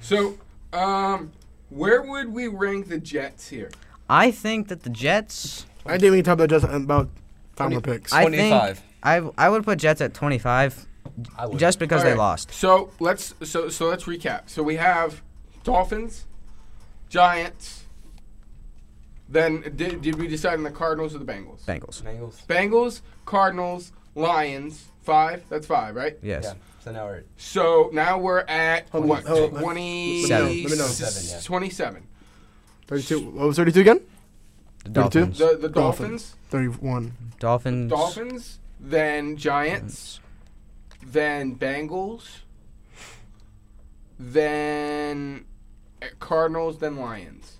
S1: So, um, where would we rank the Jets here?
S3: I think that the Jets
S2: I didn't even talk about just about final
S6: Twenty-
S2: picks.
S3: I
S6: 25.
S3: think I I would put Jets at 25
S6: I would.
S3: just because they
S1: Alright,
S3: lost.
S1: So let's so so let's recap. So we have Dolphins, Giants. Then did, did we decide on the Cardinals or the Bengals?
S3: Bengals.
S6: Bengals.
S1: Bengals, Cardinals, Lions. Five. That's five, right?
S3: Yes.
S6: Yeah. So now we're
S1: So now we're at
S2: Hold on,
S1: what?
S2: hold on.
S1: 20,
S2: Let
S3: me know,
S2: let me know.
S1: s-
S6: Seven, yeah.
S1: 27.
S2: 32. What was 32 again?
S3: The
S2: 32?
S3: Dolphins.
S1: The, the Dolphins,
S2: Dolphins. 31.
S3: Dolphins.
S1: Dolphins, then Giants, then Bengals, then Cardinals, then Lions.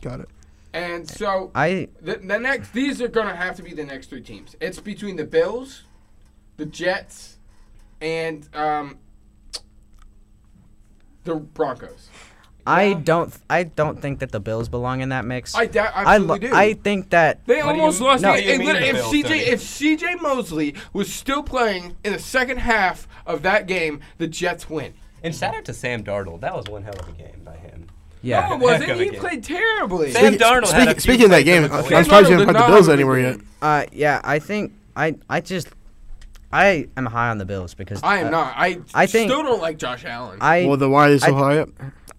S2: Got it.
S1: And so
S3: I
S1: the, the next, these are going to have to be the next three teams. It's between the Bills, the Jets, and um, the Broncos.
S3: I don't I don't think that the Bills belong in that mix.
S1: I doubt,
S3: I,
S1: absolutely do.
S3: lo- I think that
S1: They
S6: What do you-
S1: almost lost.
S3: no.
S1: the
S6: What do you
S1: game.
S6: mean
S1: if
S6: the Bills
S1: CJ
S6: did it?
S1: if CJ Mosley was still playing in the second half of that game, the Jets win.
S6: and shout out to Sam Darnold. That was one hell of a game by him.
S3: yeah.
S1: No, it wasn't.
S6: Heck of a
S1: He
S6: game.
S1: played terribly.
S6: Sam
S2: Speaking-
S6: Darnold had a
S2: speaking-
S6: few
S2: Speaking of that
S6: plays
S2: game,
S6: that was
S2: I-
S6: away.
S2: I'm surprised
S1: Sam Darnold
S2: you haven't
S1: did
S2: put the
S1: not
S2: Bills
S1: have a good
S2: anywhere yet.
S1: game.
S3: Uh, yeah, I think I I just I am high on the Bills because
S1: I am
S3: uh,
S1: not. I,
S3: I think-
S1: still don't like Josh Allen.
S3: I
S2: Well, then why are they so
S3: I-
S2: high up?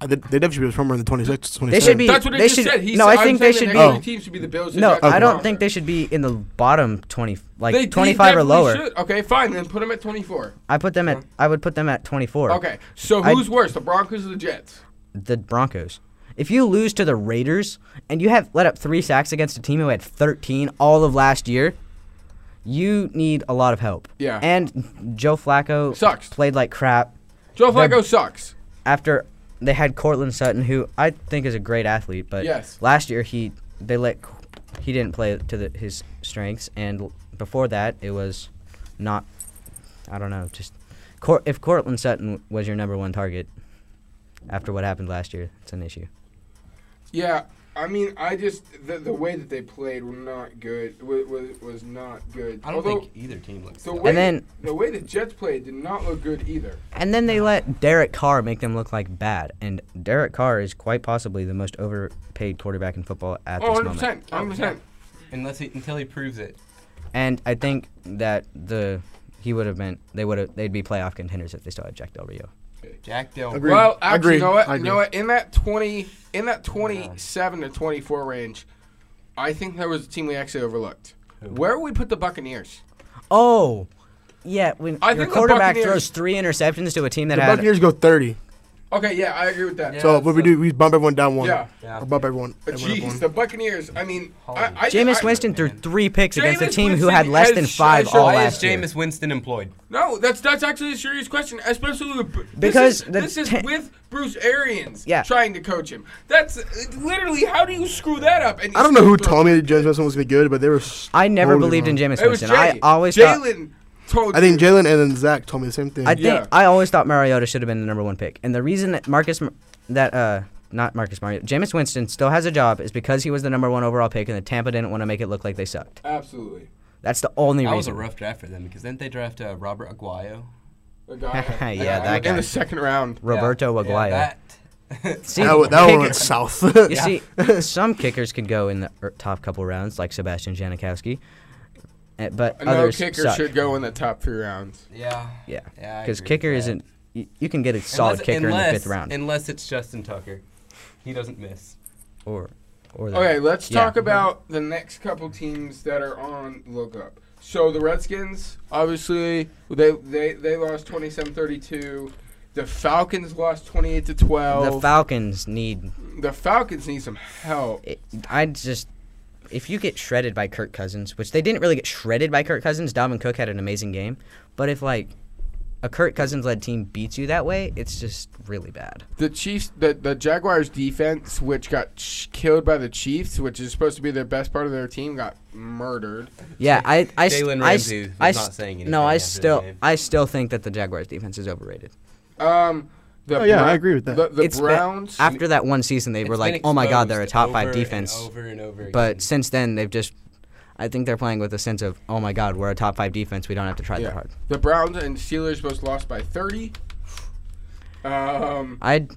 S2: Uh, They, they definitely should be somewhere in the 26th, 27th.
S3: They should be-
S1: That's what I
S3: they
S1: just
S3: should-
S1: said. He
S3: no,
S1: said,
S3: I think
S1: I'm
S3: they
S1: saying
S3: should
S1: the
S3: be-
S1: next three teams should be the Bills. the
S3: no,
S1: Jets,
S3: I
S1: and
S3: don't
S1: Broncos.
S3: think they should be in the bottom twenty like
S1: They- they
S3: twenty five or
S1: definitely
S3: lower.
S1: should. Okay, fine. Then put him at 24.
S3: I put them at I would put them at twenty four.
S1: Okay, so
S3: I-
S1: who's worse, the Broncos or the Jets?
S3: The Broncos. If you lose to the Raiders and you have let up three sacks against a team who had 13 all of last year, you need a lot of help.
S1: Yeah.
S3: And Joe Flacco
S1: Sucks.
S3: played like crap
S1: Joe
S3: They're-
S1: Flacco sucks.
S3: after they had Cortland Sutton, who I think is a great athlete, but
S1: Yes.
S3: last year he they let he didn't play to the, his strengths, and l- before that it was not. I don't know. Just Cor- if Cortland Sutton was your number one target after what happened last year, it's an issue.
S1: Yeah, I mean, I just the, the way that they played were not good. Was was, was not good.
S6: I don't
S1: Although,
S6: think either team looks.
S1: the
S6: that
S1: way
S3: And then
S1: the way the Jets played did not look good either.
S3: and then they let Derek Carr make them look like bad, and Derek Carr is quite possibly the most overpaid quarterback in football at
S1: Oh, 100
S3: this moment.
S1: percent, 100 percent.
S6: unless he, until he proves it.
S3: And I think that the he would have been they would have they'd be playoff contenders if they still had Jack Del Rio.
S6: Jack Del.
S2: Agreed.
S1: Well,
S2: I
S1: actually,
S2: agree.
S1: you know what?
S2: I
S1: You know
S2: agree.
S1: what? In that 20, in that 27 to 24 range, I think there was a team we actually overlooked. Where would we put the Buccaneers?
S3: Oh, yeah. When
S1: I
S3: your
S1: think the
S3: quarterback
S1: Buccaneers-
S3: throws three interceptions to a team that
S2: The
S3: had
S2: Buccaneers go 30.
S1: Okay, yeah, I agree with that.
S6: Yeah.
S2: so what we
S6: so-
S2: do, we bump everyone down one.
S1: Yeah.
S6: Yeah.
S2: Or bump everyone.
S1: But
S2: everyone up one.
S1: Jeez, the Buccaneers. I mean, I,
S6: Holy-
S1: I
S3: Jameis
S1: I-
S3: Winston threw
S6: man.
S3: three picks against a
S1: Jameis
S3: team who had
S1: Winston
S3: less
S1: has
S3: than
S1: sh-
S3: five
S1: has
S3: all
S1: shown-
S6: Why is
S3: last year.
S6: Jameis Winston employed?
S1: No, that's that's actually a serious question, especially with Bru- this
S3: Because
S1: is-
S3: the
S1: this is
S3: te-
S1: with Bruce Arians
S3: Yeah.
S1: trying to coach him. That's literally how do you screw that up? And
S2: I don't know who told me that James Winston was gonna be good, but they were.
S3: I never
S2: totally
S3: believed in
S2: wrong.
S3: Jameis
S1: It was
S3: Winston. I
S1: Jay.
S3: always thought.
S1: Jalen told.
S2: I think Jalen and then Zach told me the same thing.
S3: I think
S1: Yeah.
S3: I always thought Mariota should have been the number one pick, and the reason that Marcus, Mar- that uh, not Marcus Mariota, Jameis Winston still has a job is because he was the number one overall pick, and the Tampa didn't want to make it look like they sucked.
S1: absolutely
S3: That's the only
S6: That
S3: reason.
S6: was a rough draft for them because didn't they draft uh, Robert Aguayo?
S1: the guy.
S3: Yeah,
S1: in,
S3: that
S1: in
S3: guy.
S1: the second round.
S3: Roberto
S6: yeah,
S3: Aguayo.
S6: that.
S3: See,
S2: that, one- that one
S3: kicker-
S2: went south.
S3: You see, some kickers can go in the er, top couple rounds, like Sebastian Janikowski, uh, but
S1: No
S3: others
S1: kicker
S3: suck.
S1: should go in the top three rounds.
S6: yeah.
S3: Yeah,
S6: Yeah, I
S3: because
S6: agree
S3: kicker
S6: with that.
S3: isn't. You, you can get a solid kicker in the fifth round,
S6: Unless it's Justin Tucker. He doesn't miss.
S3: or or that.
S1: Okay, let's
S3: Yeah.
S1: talk about the next couple teams that are on look up. So the Redskins, obviously, they they they lost 27-32. The Falcons lost 28 to 12.
S3: the Falcons need.
S1: The Falcons need some help.
S3: It, I just. If you get shredded by Kirk Cousins, which they didn't really get shredded by Kirk Cousins, Dalvin Cook had an amazing game. But if like a Kirk Cousins led team beats you that way, it's just really bad.
S1: The Chiefs, the, the Jaguars defense, which got sh- killed by the Chiefs, which is supposed to be their best part of their team, got murdered.
S3: Yeah, I, I, s-
S6: Jalen
S3: I s-
S6: Ramsey was
S3: I
S6: not
S3: s-
S6: saying anything
S3: no, I
S6: after the
S3: still,
S6: game.
S3: I still think that the Jaguars defense is overrated.
S1: Um, the
S2: Oh, yeah,
S1: Brown-
S2: I agree with that.
S1: The, the
S3: It's been-
S1: Browns.
S3: After that one season, they were
S6: It's
S3: like,
S6: been
S3: "Oh my God,
S6: exposed
S3: they're a top
S6: over
S3: five
S6: and
S3: defense."
S6: over and over again.
S3: But since then, they've just, I think they're playing with a sense of, "Oh my God, we're a top five defense. We don't have to try
S1: Yeah.
S3: that hard."
S1: the Browns and Steelers both lost by 30. Um,
S3: I,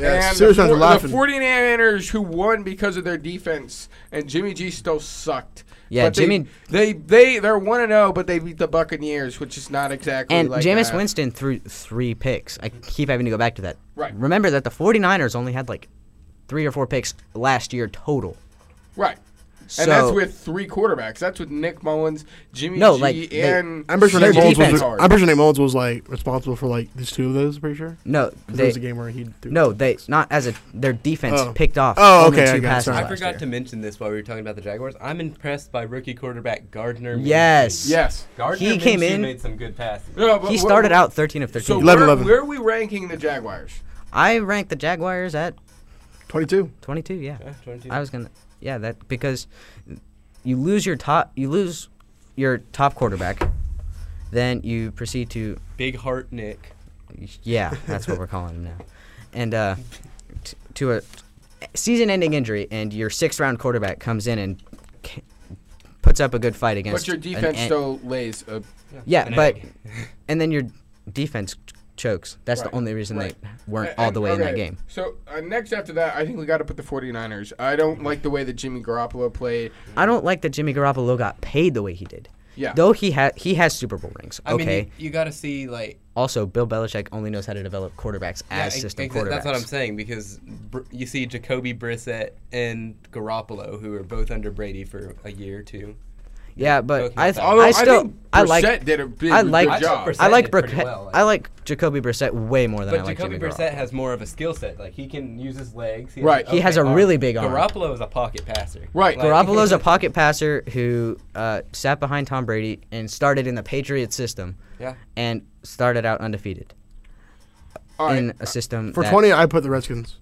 S2: yeah,
S1: and
S2: serious
S1: the,
S2: fans are
S1: four, the
S2: laughing.
S1: 49ers who won because of their defense, and Jimmy G still sucked.
S3: Yeah,
S1: But they-
S3: Jimmy-
S1: They they they're one and zero, but they beat the Buccaneers, which is not exactly
S3: and
S1: like
S3: Jameis
S1: that.
S3: Winston threw three picks. I keep having to go back to that.
S1: Right.
S3: Remember that the 49ers only had like three or four picks last year total.
S1: right?
S3: So
S1: And that's with three quarterbacks. That's with Nick Mullins, Jimmy
S3: No,
S1: G,
S3: like, they-
S1: and
S2: I'm pretty sure Nick
S3: Their
S2: Mullins was.
S3: defense-
S1: Hard.
S2: I'm pretty sure Nick Mullins was like responsible for like these two of those. I'm Pretty sure.
S3: no,
S2: 'Cause there
S3: they,
S2: was a game where he. Threw
S3: no, they not as a their defense
S2: Oh.
S3: picked off.
S2: Oh,
S3: only
S2: okay, I
S3: two
S2: got it.
S3: passes
S2: Sorry.
S6: I
S3: last
S6: forgot
S3: year.
S6: to mention this while we were talking about the Jaguars. I'm impressed by rookie quarterback Gardner. Minshew.
S3: Yes.
S1: yes.
S6: Gardner
S3: He came
S6: Minshew
S3: in-
S6: made some good passes.
S1: No, but
S3: He
S1: wh-
S3: started out 13 of 13.
S1: So
S2: 11,
S1: where,
S2: 11.
S1: where are we ranking the Jaguars?
S3: I ranked the Jaguars at
S2: 22.
S3: 22. Yeah.
S6: Yeah, 22.
S3: I was gonna, yeah, that because you lose your top, you lose your top quarterback, then you proceed to,
S6: Big heart Nick.
S3: yeah, that's what we're calling him now, and uh, t- to a season-ending injury, and your sixth-round quarterback comes in and c- puts up a good fight against.
S1: But your
S3: an
S1: defense
S3: en-
S1: still lays uh, a
S3: Yeah,
S6: An
S3: but
S6: egg.
S3: and then your defense ch- chokes. That's
S1: Right,
S3: the only reason
S1: right.
S3: they weren't
S1: And-
S3: all the way in that
S1: okay,
S3: game.
S1: So uh, next after that, I think we got to put the 49ers. I don't like the way that Jimmy Garoppolo played.
S3: I don't like that Jimmy Garoppolo got paid the way he did.
S1: Yeah.
S3: Though he had he has Super Bowl rings.
S6: I
S3: okay.
S6: mean, you, you got to see like
S3: Also, Bill Belichick only knows how to develop quarterbacks as
S6: ex-
S3: system
S6: ex-
S3: quarterbacks.
S6: That's what I'm saying because Br- you see Jacoby Brissett and Garoppolo, who are both under Brady for a year or two.
S3: Yeah, but
S6: Both
S3: I,
S6: not bad.
S1: Although
S3: I still,
S1: think
S3: I like,
S1: Brissett did a big,
S3: I like-
S1: good job.
S6: Brissett
S3: I like
S6: did pretty
S3: Brissett,
S6: well, like-
S3: I like Jacoby Brissett way more than I
S6: But
S3: like
S6: Jacoby
S3: Jimmy
S6: Brissett
S3: Garoppolo.
S6: has more of a skill set. Like he can use his legs. He
S1: Right.
S6: Has
S3: He has a really big arm.
S6: Garoppolo is a pocket passer.
S1: Right.
S3: Garoppolo's a pocket passer who uh, sat behind Tom Brady and started in the Patriot system
S6: Yeah.
S3: and started out undefeated
S1: All right,
S3: in a system
S2: For
S3: that-
S2: 20, I put the Redskins.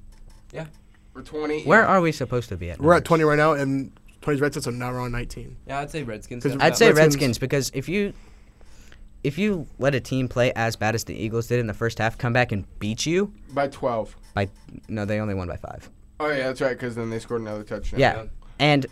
S1: for 20.
S3: Where are we supposed to be at?
S2: We're at
S3: numbers?
S2: 20 right now, and 20's Redskins, so now we're on 19.
S6: Yeah, I'd say Redskins.
S2: 'Cause
S6: have
S3: I'd
S6: that
S3: say
S6: much.
S2: Redskins-
S3: Redskins. because if you if you let a team play as bad as the Eagles did in the first half, come back and beat you
S1: By 12.
S3: by no, they only won by five.
S1: Oh, yeah, that's right, because then they scored another touchdown.
S3: Yeah, and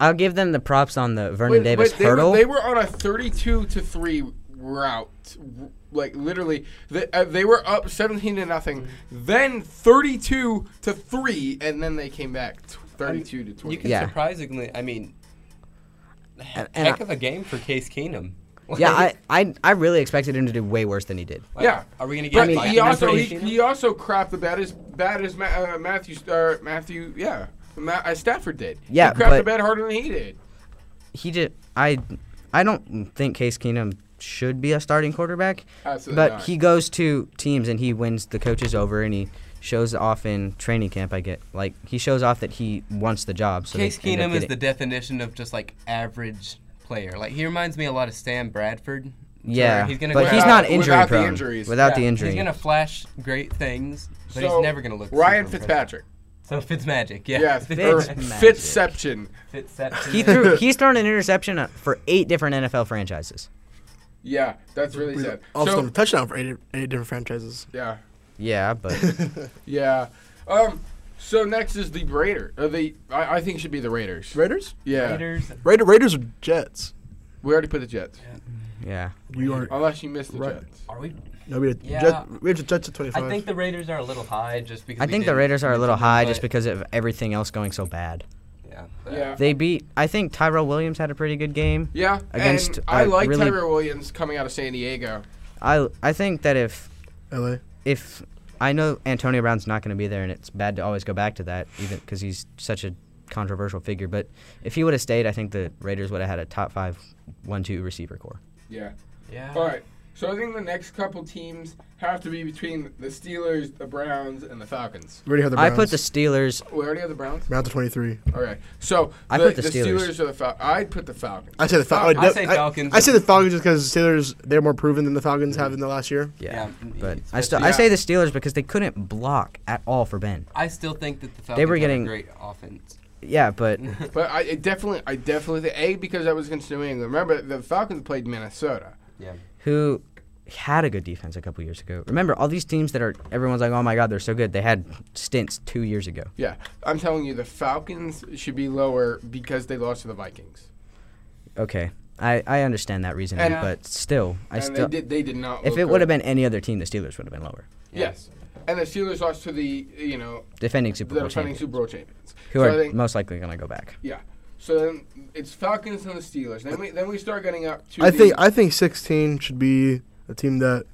S3: I'll give them the props on the Vernon
S1: Wait,
S3: Davis
S1: wait, they
S3: hurdle.
S1: Were, they were on a 32 to 3 route. W- Like literally, they, uh, they were up 17 to nothing,
S3: Mm-hmm.
S1: then 32 to 3 and then they came back t- 32 to 20.
S6: You can
S3: Yeah.
S6: surprisingly, I mean,
S3: and
S6: heck
S3: I-
S6: of a game for Case Keenum.
S3: yeah, I, I I really expected him to do way worse than he did.
S6: Like,
S1: Yeah.
S6: Are we gonna
S1: But
S6: get? Mike
S1: he
S6: Evans
S1: also
S6: for
S1: he,
S6: Case Keenum?
S1: he also crapped the bad as bad as Ma- uh, Matthew uh, Matthew yeah Ma- uh, Stafford did.
S3: Yeah,
S1: he crapped the
S3: but-
S1: bed harder than he did.
S3: He did. I I don't think Case Keenum should be a starting quarterback,
S1: Absolutely
S3: but
S1: not.
S3: he goes to teams and he wins the coaches over and he shows off in training camp. I get like he shows off that he wants the job. So they
S6: Case
S3: end up
S6: Keenum is
S3: getting-
S6: the definition of just like average player. Like he reminds me a lot of Sam Bradford.
S3: Yeah,
S6: Where he's gonna
S3: but
S6: go
S3: he's
S6: out-
S3: not injury
S1: without the
S3: prone.
S1: injuries.
S3: Without
S6: Yeah,
S3: the injury,
S6: He's gonna flash great things, but
S1: So,
S6: he's never gonna look.
S1: Ryan
S6: super
S1: Fitzpatrick.
S6: impressive. So Fitzmagic, yeah.
S1: Yes,
S6: Fitz-
S1: or
S3: Fitzmagic.
S1: Fitzception.
S6: Fitzception.
S3: he threw. He's thrown an interception uh, for eight different NFL franchises.
S1: Yeah, that's really
S2: We
S1: sad.
S2: also
S1: So,
S2: done a touchdown for eight, eight different franchises.
S1: yeah.
S3: Yeah, but
S1: Yeah. Um. So next is the Raider. Uh, the I, I think it should be the Raiders.
S2: Raiders?
S1: Yeah.
S6: Raiders.
S2: Raider, Raiders or Jets?
S1: We already put the Jets.
S3: yeah,
S2: You are.
S1: Unless you missed the
S2: Right.
S1: Jets.
S6: Are we?
S2: No, we had,
S6: Yeah.
S2: Jet, we had the Jets at 25.
S6: I think the Raiders are a little high just because.
S3: I
S6: we
S3: think the
S6: didn't
S3: Raiders are a little
S6: mention them,
S3: high just
S6: but-
S3: because of everything else going so bad.
S6: Yeah.
S1: Yeah.
S3: They beat. I think Tyrell Williams had a pretty good game.
S1: Yeah.
S3: Against,
S1: and I
S3: uh,
S1: like
S3: really-
S1: Tyrell Williams coming out of San Diego.
S3: I I think that if
S2: LA.
S3: if I know Antonio Brown's not going to be there, and it's bad to always go back to that, even because he's such a controversial figure. But if he would have stayed, I think the Raiders would have had a top five, one-two receiver core.
S1: Yeah.
S6: Yeah.
S1: All right. So I think the next couple teams have to be between the Steelers, the Browns, and the Falcons.
S2: We already had the
S3: I
S2: Browns.
S3: put the Steelers.
S1: We already have the Browns.
S2: Browns at 23.
S1: Okay. So
S3: I
S1: the,
S3: put the
S1: Steelers.
S3: Steelers.
S1: or the Falcons. I'd put the Falcons.
S2: I say the Fal-
S1: Fal-
S2: would
S6: I
S2: def-
S6: say
S2: I-
S6: Falcons.
S2: I, say the Falcons just because Steelers they're more proven than the Falcons have in the last year.
S3: Yeah,
S6: Yeah,
S3: but
S6: it's
S3: I still
S1: yeah.
S3: I say the Steelers because they couldn't block at all for Ben.
S6: I still think that the Falcons
S3: They were
S6: have a
S3: getting-
S6: great offense.
S3: Yeah, but
S1: But I it definitely, I definitely think a because I was against New England. Remember, the Falcons played Minnesota.
S6: Yeah.
S3: who had a good defense a couple years ago? Remember all these teams that are everyone's like, oh my god, they're so good. They had stints two years ago.
S1: Yeah, I'm telling you, the Falcons should be lower because they lost to the Vikings,
S3: Okay, I I understand that reasoning,
S1: And- uh,
S3: but still, I
S1: and
S3: still
S1: they did. They did not.
S3: if
S1: look
S3: it would have
S1: good.
S3: been any other team, the Steelers would have been lower.
S1: yes, and the Steelers lost to the you know
S3: Defending Super
S1: the
S3: Bowl
S1: defending
S3: champions,
S1: Super Bowl champions.
S3: who
S1: so
S3: are
S1: I think,
S3: most likely going to go back.
S1: yeah. So then it's Falcons and the Steelers. Then we then we start getting up to.
S2: I
S1: the-
S2: think I think 16 should be a team that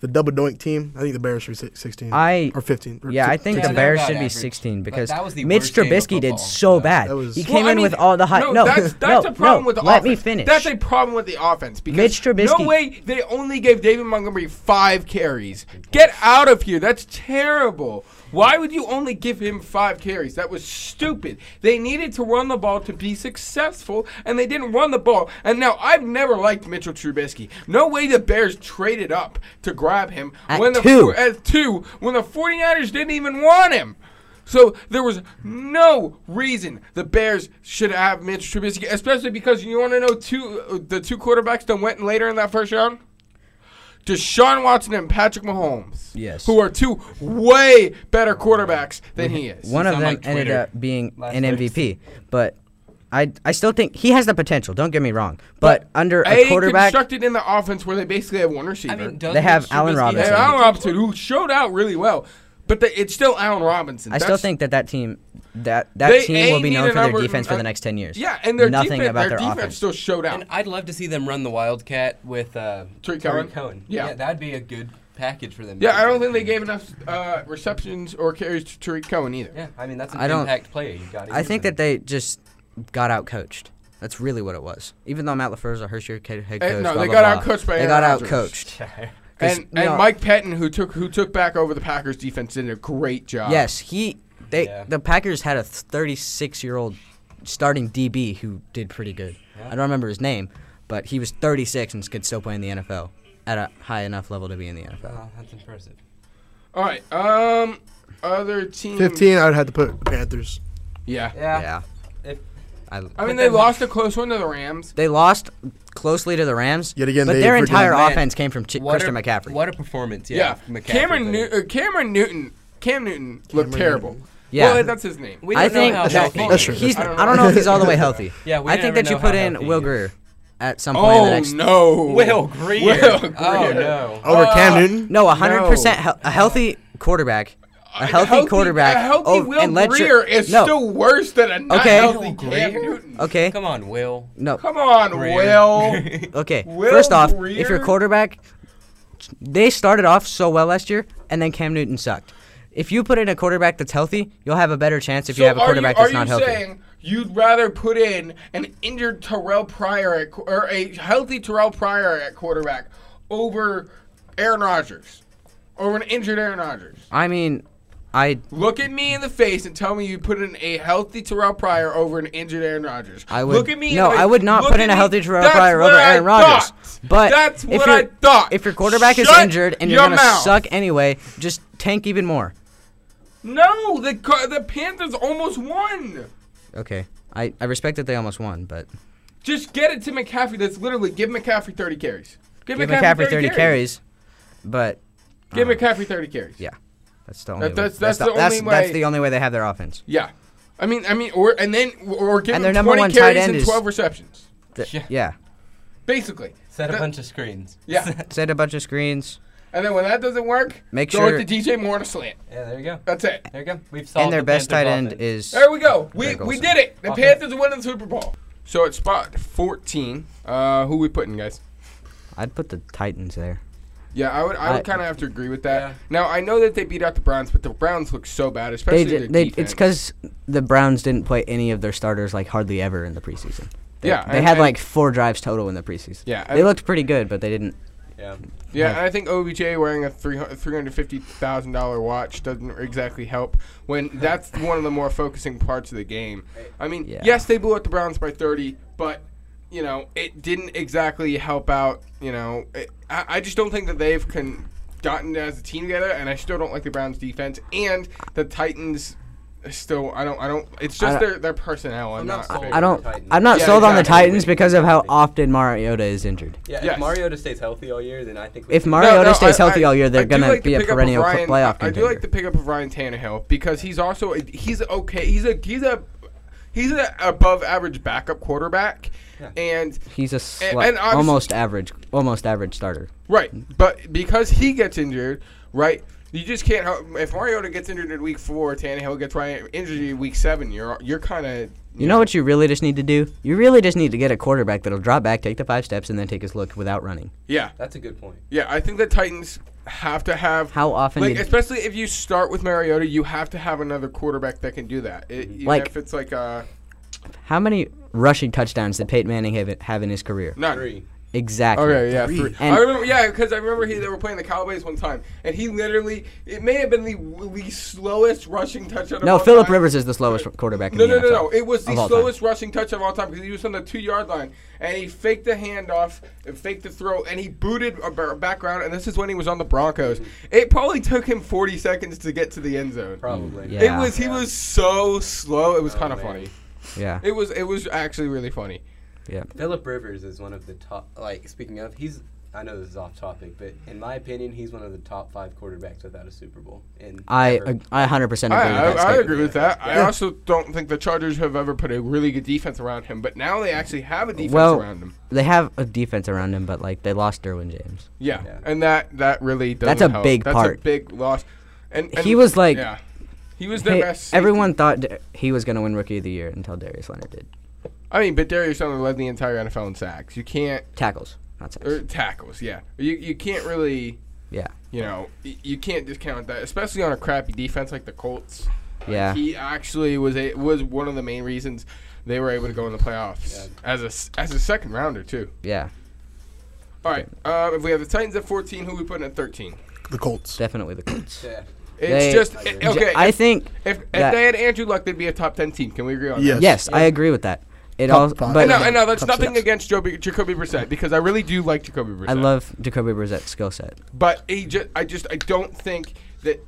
S2: the double doink team. I think the Bears should be si- 16
S3: I
S2: or 15. or
S3: yeah, I
S2: 16.
S3: think
S6: Yeah,
S3: the
S6: they're
S3: Bears
S6: about
S3: should be
S6: average,
S3: 16
S6: but
S3: because
S6: that was the
S3: Mitch
S6: worst game of
S3: Trubisky
S6: football.
S3: did so
S6: Yeah.
S3: bad.
S2: That was-
S3: he
S2: Well,
S3: came
S1: Well, I
S3: in
S1: mean,
S3: with all the hype.
S1: No,
S3: No,
S1: that's, that's
S3: no,
S1: a problem
S3: no,
S1: with the
S3: let
S1: offense.
S3: me finish.
S1: That's a problem with the offense because
S3: Mitch
S1: No
S3: Trubisky-
S1: way. They only gave David Montgomery five carries. Get out of here. That's terrible. Why would you only give him five carries? That was stupid. They needed to run the ball to be successful, and they didn't run the ball. And now I've never liked Mitchell Trubisky. No way the Bears traded up to grab him
S3: At
S1: when the
S3: two.
S1: four- at two when the 49ers didn't even want him. So there was no reason the Bears should have Mitch Trubisky, especially because you want to know two uh, the two quarterbacks that went later in that first round. Deshaun Watson and Patrick Mahomes,
S3: Yes.
S1: who are two way better quarterbacks than he is.
S3: One of
S6: on
S3: them
S6: my
S3: ended
S6: Twitter
S3: up being
S6: last
S3: an
S6: week.
S3: MVP, but I I still think he has the potential. Don't get me wrong, but, under
S1: a
S3: a quarterback,
S1: constructed in the offense where they basically have one receiver.
S6: I mean, does
S3: They have
S6: Mitch
S3: Allen
S6: Trubisky
S1: they have
S3: Robinson.
S1: Allen Robinson, who showed out really well, but they, it's still Allen Robinson.
S3: I still
S1: That's-
S3: think that that team that that
S1: They,
S3: team will
S1: A,
S3: be
S1: need a
S3: known for their
S1: number-
S3: defense for
S1: uh,
S3: the next 10 years.
S1: Yeah, and their
S3: nothing
S1: defense,
S3: about
S1: their, defense
S3: offense.
S1: still showed out.
S6: And I'd love to see them run the Wildcat with uh,
S1: Tariq Cohen? Yeah.
S6: Yeah. that'd be a good package for them.
S1: Yeah, I don't think they gave enough uh, receptions or carries to Tariq Cohen either.
S6: Yeah, I mean that's an
S3: I don't-
S6: impact player. You got.
S3: I think that they just got out coached. That's really what it was. Even though Matt LaFleur's a Hershey head head coach,
S1: And, no,
S3: blah,
S1: they
S3: blah,
S1: got out
S3: blah,
S1: coached by
S3: They
S1: Aaron
S3: got out
S1: Rodgers.
S3: coached. 'Cause,
S1: And,
S3: no,
S1: and Mike Pettin, who took who took back over the Packers defense, did a great job.
S3: Yes, he. They
S6: Yeah.
S3: the Packers had a 36 year old starting DB who did pretty good. I don't remember his name, but he was 36 and could still play in the NFL at a high enough level to be in the NFL.
S6: Wow, that's impressive.
S1: All right. Um, other team.
S2: Fifteen, I'd have to put the Panthers.
S1: Yeah.
S3: Yeah.
S6: If-
S3: I,
S1: I mean, they lost a close one to the Rams.
S3: they lost closely to the Rams.
S2: Yet again,
S3: but
S2: they
S3: their
S2: freaking-
S3: entire
S6: Man,
S3: offense came from Ch-
S6: What
S3: Christian
S6: a-
S3: McCaffrey.
S6: What a performance!
S1: Yeah.
S6: Yeah, McCaffrey
S1: Cameron,
S6: thing.
S1: New- uh, Cameron Newton. Cam Newton looked
S2: Cameron
S1: terrible.
S2: Newton.
S3: Yeah.
S1: Well, that's his name.
S6: We
S3: I
S6: don't know
S3: think
S6: how
S3: that
S6: healthy
S2: That's
S6: he
S2: true.
S6: is.
S3: he's.
S1: I
S3: I
S1: don't
S3: don't,
S1: know.
S3: know if he's all the way healthy.
S6: Yeah, we
S3: I
S6: don't
S3: think
S6: even
S3: that you
S6: know how
S3: put in
S6: healthy
S3: Will
S6: he is.
S3: Greer at some point in the
S1: Oh
S3: next.
S1: no.
S6: Will Greer.
S1: Will Greer.
S6: Oh no.
S2: Over Cam
S1: Uh,
S2: Newton.
S3: No, 100% hel- a healthy quarterback. A healthy, quarterback.
S1: A healthy
S3: oh,
S1: Will
S3: and let
S1: Greer
S3: your-
S1: is
S3: no,
S1: still worse than a not
S3: Okay.
S1: healthy
S6: Will
S1: Cam
S6: Greer?
S1: Newton.
S3: Okay.
S6: Come on, Will.
S3: No.
S1: Come on,
S6: Greer.
S1: Will.
S3: Okay.
S1: Will
S3: First off, if
S1: Greer?
S3: your quarterback, they started off so well last year, and then Cam Newton sucked. If you put in a quarterback that's healthy, you'll have a better chance if you have a
S1: are
S3: quarterback
S1: are
S3: that's not healthy.
S1: saying you'd rather put in an injured Terrell Pryor at, qu- or a healthy Terrell Pryor at quarterback over Aaron Rodgers, over an injured Aaron Rodgers?
S3: I mean, I
S1: Look at me in the face and tell me you put in a healthy Terrell Pryor over an injured Aaron Rodgers.
S3: I would
S1: Look at me. in
S3: No,
S1: the face.
S3: I would not
S1: Look
S3: put
S1: at
S3: in a
S1: me.
S3: healthy Terrell
S1: That's
S3: Pryor
S1: what
S3: over
S1: I
S3: Aaron Rodgers.
S1: thought.
S3: But
S1: that's
S3: if
S1: what
S3: your-
S1: I thought.
S3: if your quarterback is
S1: Shut
S3: injured and
S1: your
S3: you're gonna
S1: mouth.
S3: suck anyway, just tank even more.
S1: No, the Ca- the Panthers almost won.
S3: Okay. I, I respect that they almost won, but
S1: Just get it to McCaffrey. That's literally give McCaffrey 30 carries.
S3: give McCaffrey 30 carries. But
S1: Give McCaffrey 30 carries.
S3: yeah, that's the only. way-
S1: that's- that's the
S3: that's,
S1: only
S3: that's
S1: way-
S3: the only way they have their offense.
S1: Yeah. I mean, I mean, or and then or give
S3: And
S1: him
S3: their number
S1: 20
S3: one tight
S1: carries
S3: end
S1: and
S3: is-
S1: 12 receptions.
S3: Th-
S6: Yeah.
S3: yeah,
S1: Basically.
S6: Set a
S1: That-
S6: bunch of screens.
S1: Yeah.
S3: set a bunch of screens.
S1: and then when that doesn't work,
S3: Make
S1: go
S3: sure-
S1: with the DJ Moore on a slant.
S6: Yeah, there you go.
S1: That's it.
S6: There you go. We've solved
S3: And their
S6: the
S3: best tight end
S6: Panthers offense.
S3: is.
S1: There we go. We
S3: Greg
S1: we
S3: Olson.
S1: did it. The
S6: Offense.
S1: Panthers win the Super Bowl. So at spot 14, uh, who we putting, guys?
S3: I'd put the Titans there.
S1: Yeah, I would. I would
S3: I-
S1: kind of have to agree with that.
S6: Yeah.
S1: Now I know that they beat out the Browns, but the Browns look so bad,
S3: They,
S1: especially
S3: di-
S1: their
S3: they
S1: defense.
S3: it's because the Browns didn't play any of their starters like hardly ever in the preseason. They,
S1: Yeah,
S3: they
S1: and-
S3: had
S1: and-
S3: like four drives total in the preseason.
S1: Yeah,
S3: they
S1: and-
S3: looked pretty good, but they didn't.
S6: Yeah.
S1: Yeah, and I think OBJ wearing a three hundred fifty thousand dollar watch doesn't exactly help when that's one of the more focusing parts of the game. I mean,
S3: Yeah.
S1: yes, they blew out the Browns by thirty, but you know it didn't exactly help out. You know, it, I, I just don't think that they've con- gotten as a team together, and I still don't like the Browns defense and the Titans. Still, I don't. I don't. It's just
S3: don't-
S1: their their personnel. I'm,
S6: I'm
S1: not.
S6: not sold.
S1: big.
S3: I don't.
S6: Titans.
S3: I'm not
S1: Yeah,
S3: sold on the
S1: exactly.
S3: Titans because of how often Mariota is injured.
S6: Yeah, if
S1: Yes.
S6: Mariota stays healthy all year, then I think we
S3: If
S6: can-
S3: Mariota
S1: No, no,
S3: stays
S1: I-
S3: healthy
S1: I-
S3: all year,
S1: I
S3: they're
S1: do
S3: gonna
S1: like the
S3: be a
S1: pickup of
S3: perennial
S1: Ryan-
S3: playoff
S1: I, I
S3: contender.
S1: do like the pickup of Ryan Tannehill because he's also a- he's okay. He's a he's a he's an above average backup quarterback, and
S3: He's a sli-
S1: and obviously-
S3: almost average, almost average starter.
S1: right, but because he gets injured, right. You just can't. help If Mariota gets injured in week four, Tannehill gets Ryan injured in week seven. You're you're kind of
S3: You know what you really just need to do? You really just need to get a quarterback that'll drop back, take the five steps, and then take his look without running.
S1: yeah
S6: That's a good point.
S1: yeah. I think the Titans have to have
S3: How often
S1: like
S3: did-
S1: especially if you start with Mariota, you have to have another quarterback that can do that. It, even
S3: Like-
S1: if it's like uh
S3: How many rushing touchdowns did Peyton Manning have, have in his career?
S1: none.
S6: Three.
S3: Exactly.
S1: Okay, yeah, three.
S3: And-
S1: I remember, yeah, because I remember he they were playing the Cowboys one time, and he literally it may have been the, the slowest rushing touchdown. of
S3: No,
S1: all
S3: Philip
S1: time.
S3: Rivers is the slowest quarterback in
S1: No, no,
S3: the NFL.
S1: no, no! It was the
S3: of all time.
S1: slowest rushing touch of all time because he was on the two-yard line, and he faked the handoff, and faked the throw, and he booted a ba- background. And this is when he was on the Broncos. It probably took him 40 seconds to get to the end zone.
S6: Probably.
S3: Mm, Yeah. Oh,
S1: It was he was so slow. It was kind of
S6: man.
S1: funny.
S3: Yeah,
S1: It was it was actually really funny.
S3: yeah.
S6: Philip Rivers is one of the top. Like speaking of, he's. I know this is off topic, but in my opinion, he's one of the top five quarterbacks without a Super Bowl. And
S3: I ag- I 100%
S1: I,
S3: agree with that
S1: I, I
S3: statement.
S1: agree with that. I also don't think the Chargers have ever put a really good defense around him, but now they actually have a defense
S3: Well-
S1: around him.
S3: They have a defense around him, but like they lost Derwin James.
S1: Yeah,
S6: Yeah.
S1: and that that really doesn't.
S3: a
S1: help.
S3: big
S1: That's a
S3: part.
S1: big loss. And, and
S3: He was like-
S1: yeah, he was their
S3: Hey,
S1: best. safety.
S3: everyone thought Da- he was going to win Rookie of the Year until Darius Leonard did.
S1: I mean, but Darius Leonard led the entire NFL in sacks. You can't
S3: Tackles, not sacks.
S1: or tackles. Yeah, you you can't really.
S3: Yeah.
S1: You know, y- you can't discount that, especially on a crappy defense like the Colts.
S3: Yeah.
S1: He actually was a, was one of the main reasons they were able to go in the playoffs as a s- as a second rounder too.
S3: Yeah.
S1: All right, uh, if we have the Titans at fourteen, who we putting at thirteen?
S2: The Colts.
S3: Definitely the Colts.
S6: Yeah.
S1: It's
S3: They-
S1: just eh,
S6: I agree.
S1: okay.
S3: I
S1: if,
S3: think
S1: if, if
S3: that-
S1: they had Andrew Luck, they'd be a top ten team. Can we agree on
S2: Yes.
S1: that?
S3: yes, I agree with that. It
S2: Top
S3: all
S2: five.
S1: I
S3: but
S1: know, I know that's
S2: Top
S1: nothing
S2: six.
S1: against Jacoby, Jacoby Brissett because I really do like Jacoby Brissett.
S3: I love Jacoby Brissett's skill set.
S1: But he just, I just, I don't think that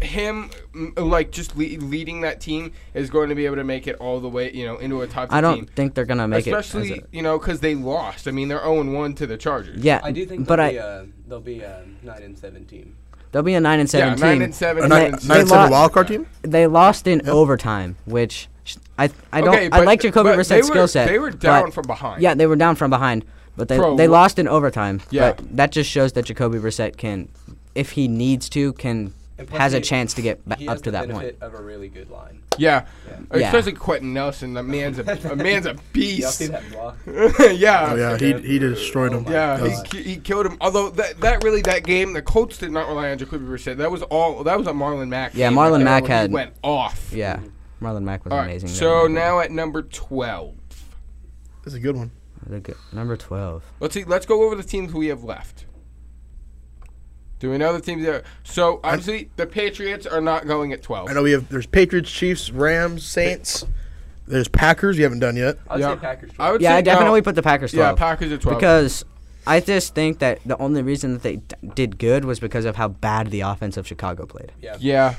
S1: him mm, like just le- leading that team is going to be able to make it all the way, you know, into a top.
S3: I don't
S1: team.
S3: think they're gonna make
S1: especially
S3: it. as
S1: you know because they lost. I mean, they're zero one to the Chargers.
S3: a- yeah,
S6: I do think
S3: but
S6: they'll
S3: I
S6: be a, they'll be a nine and seven team.
S3: they'll be a nine and
S1: yeah,
S3: seven
S1: nine
S3: team.
S1: and seven.
S2: A
S1: and
S2: nine,
S1: seven.
S2: nine
S3: They
S2: and seven
S3: lost-
S2: wild card team.
S3: They lost in overtime, which sh- I I don't
S1: Okay,
S3: I
S1: but-
S3: like Jacoby
S1: but they
S3: Brissett's
S1: were-
S3: skill set.
S1: they were
S3: but-
S1: down from behind.
S3: Yeah, they were down from behind, but they
S1: Pro-
S3: they lost in overtime.
S1: Yeah.
S3: but that just shows that Jacoby Brissett can, if he needs to, can
S6: And plus
S3: has a
S6: he-
S3: chance to get ba-
S6: He has
S3: up to
S6: the
S3: that point.
S6: benefit of a really good line.
S1: Yeah.
S3: Yeah.
S1: especially Quentin Nelson. The man's a, a man's a
S6: Y'all
S1: beast.
S6: see that block?
S1: yeah.
S2: Oh yeah, uh, he he destroyed
S6: Oh
S2: them.
S6: my
S1: Yeah, he,
S2: That
S1: ki- he killed him. Although that, that really that game, the Colts did not rely on Jacoby Brissett. That was all. That was a Marlon Mack.
S3: Yeah,
S1: game right there
S3: Marlon Mack
S1: where he
S3: had-
S1: went off.
S3: Yeah, Marlon Mack was
S1: All right,
S3: amazing. there.
S1: So now at number twelve,
S2: was a good one.
S3: They're good. number twelve.
S1: let's see. Let's go over the teams we have left. Do we know the teams there? So obviously the Patriots are not going at twelve.
S2: I know we have there's Patriots, Chiefs, Rams, Saints. There's Packers. We haven't done yet.
S6: I'd
S1: Yeah.
S6: say Packers.
S1: I would
S3: Yeah,
S1: say
S3: I definitely
S1: no.
S3: put the Packers
S1: Yeah,
S3: twelve.
S1: Packers at twelve.
S3: because I just think that the only reason that they d- did good was because of how bad the offense of Chicago played.
S6: yeah.
S1: yeah,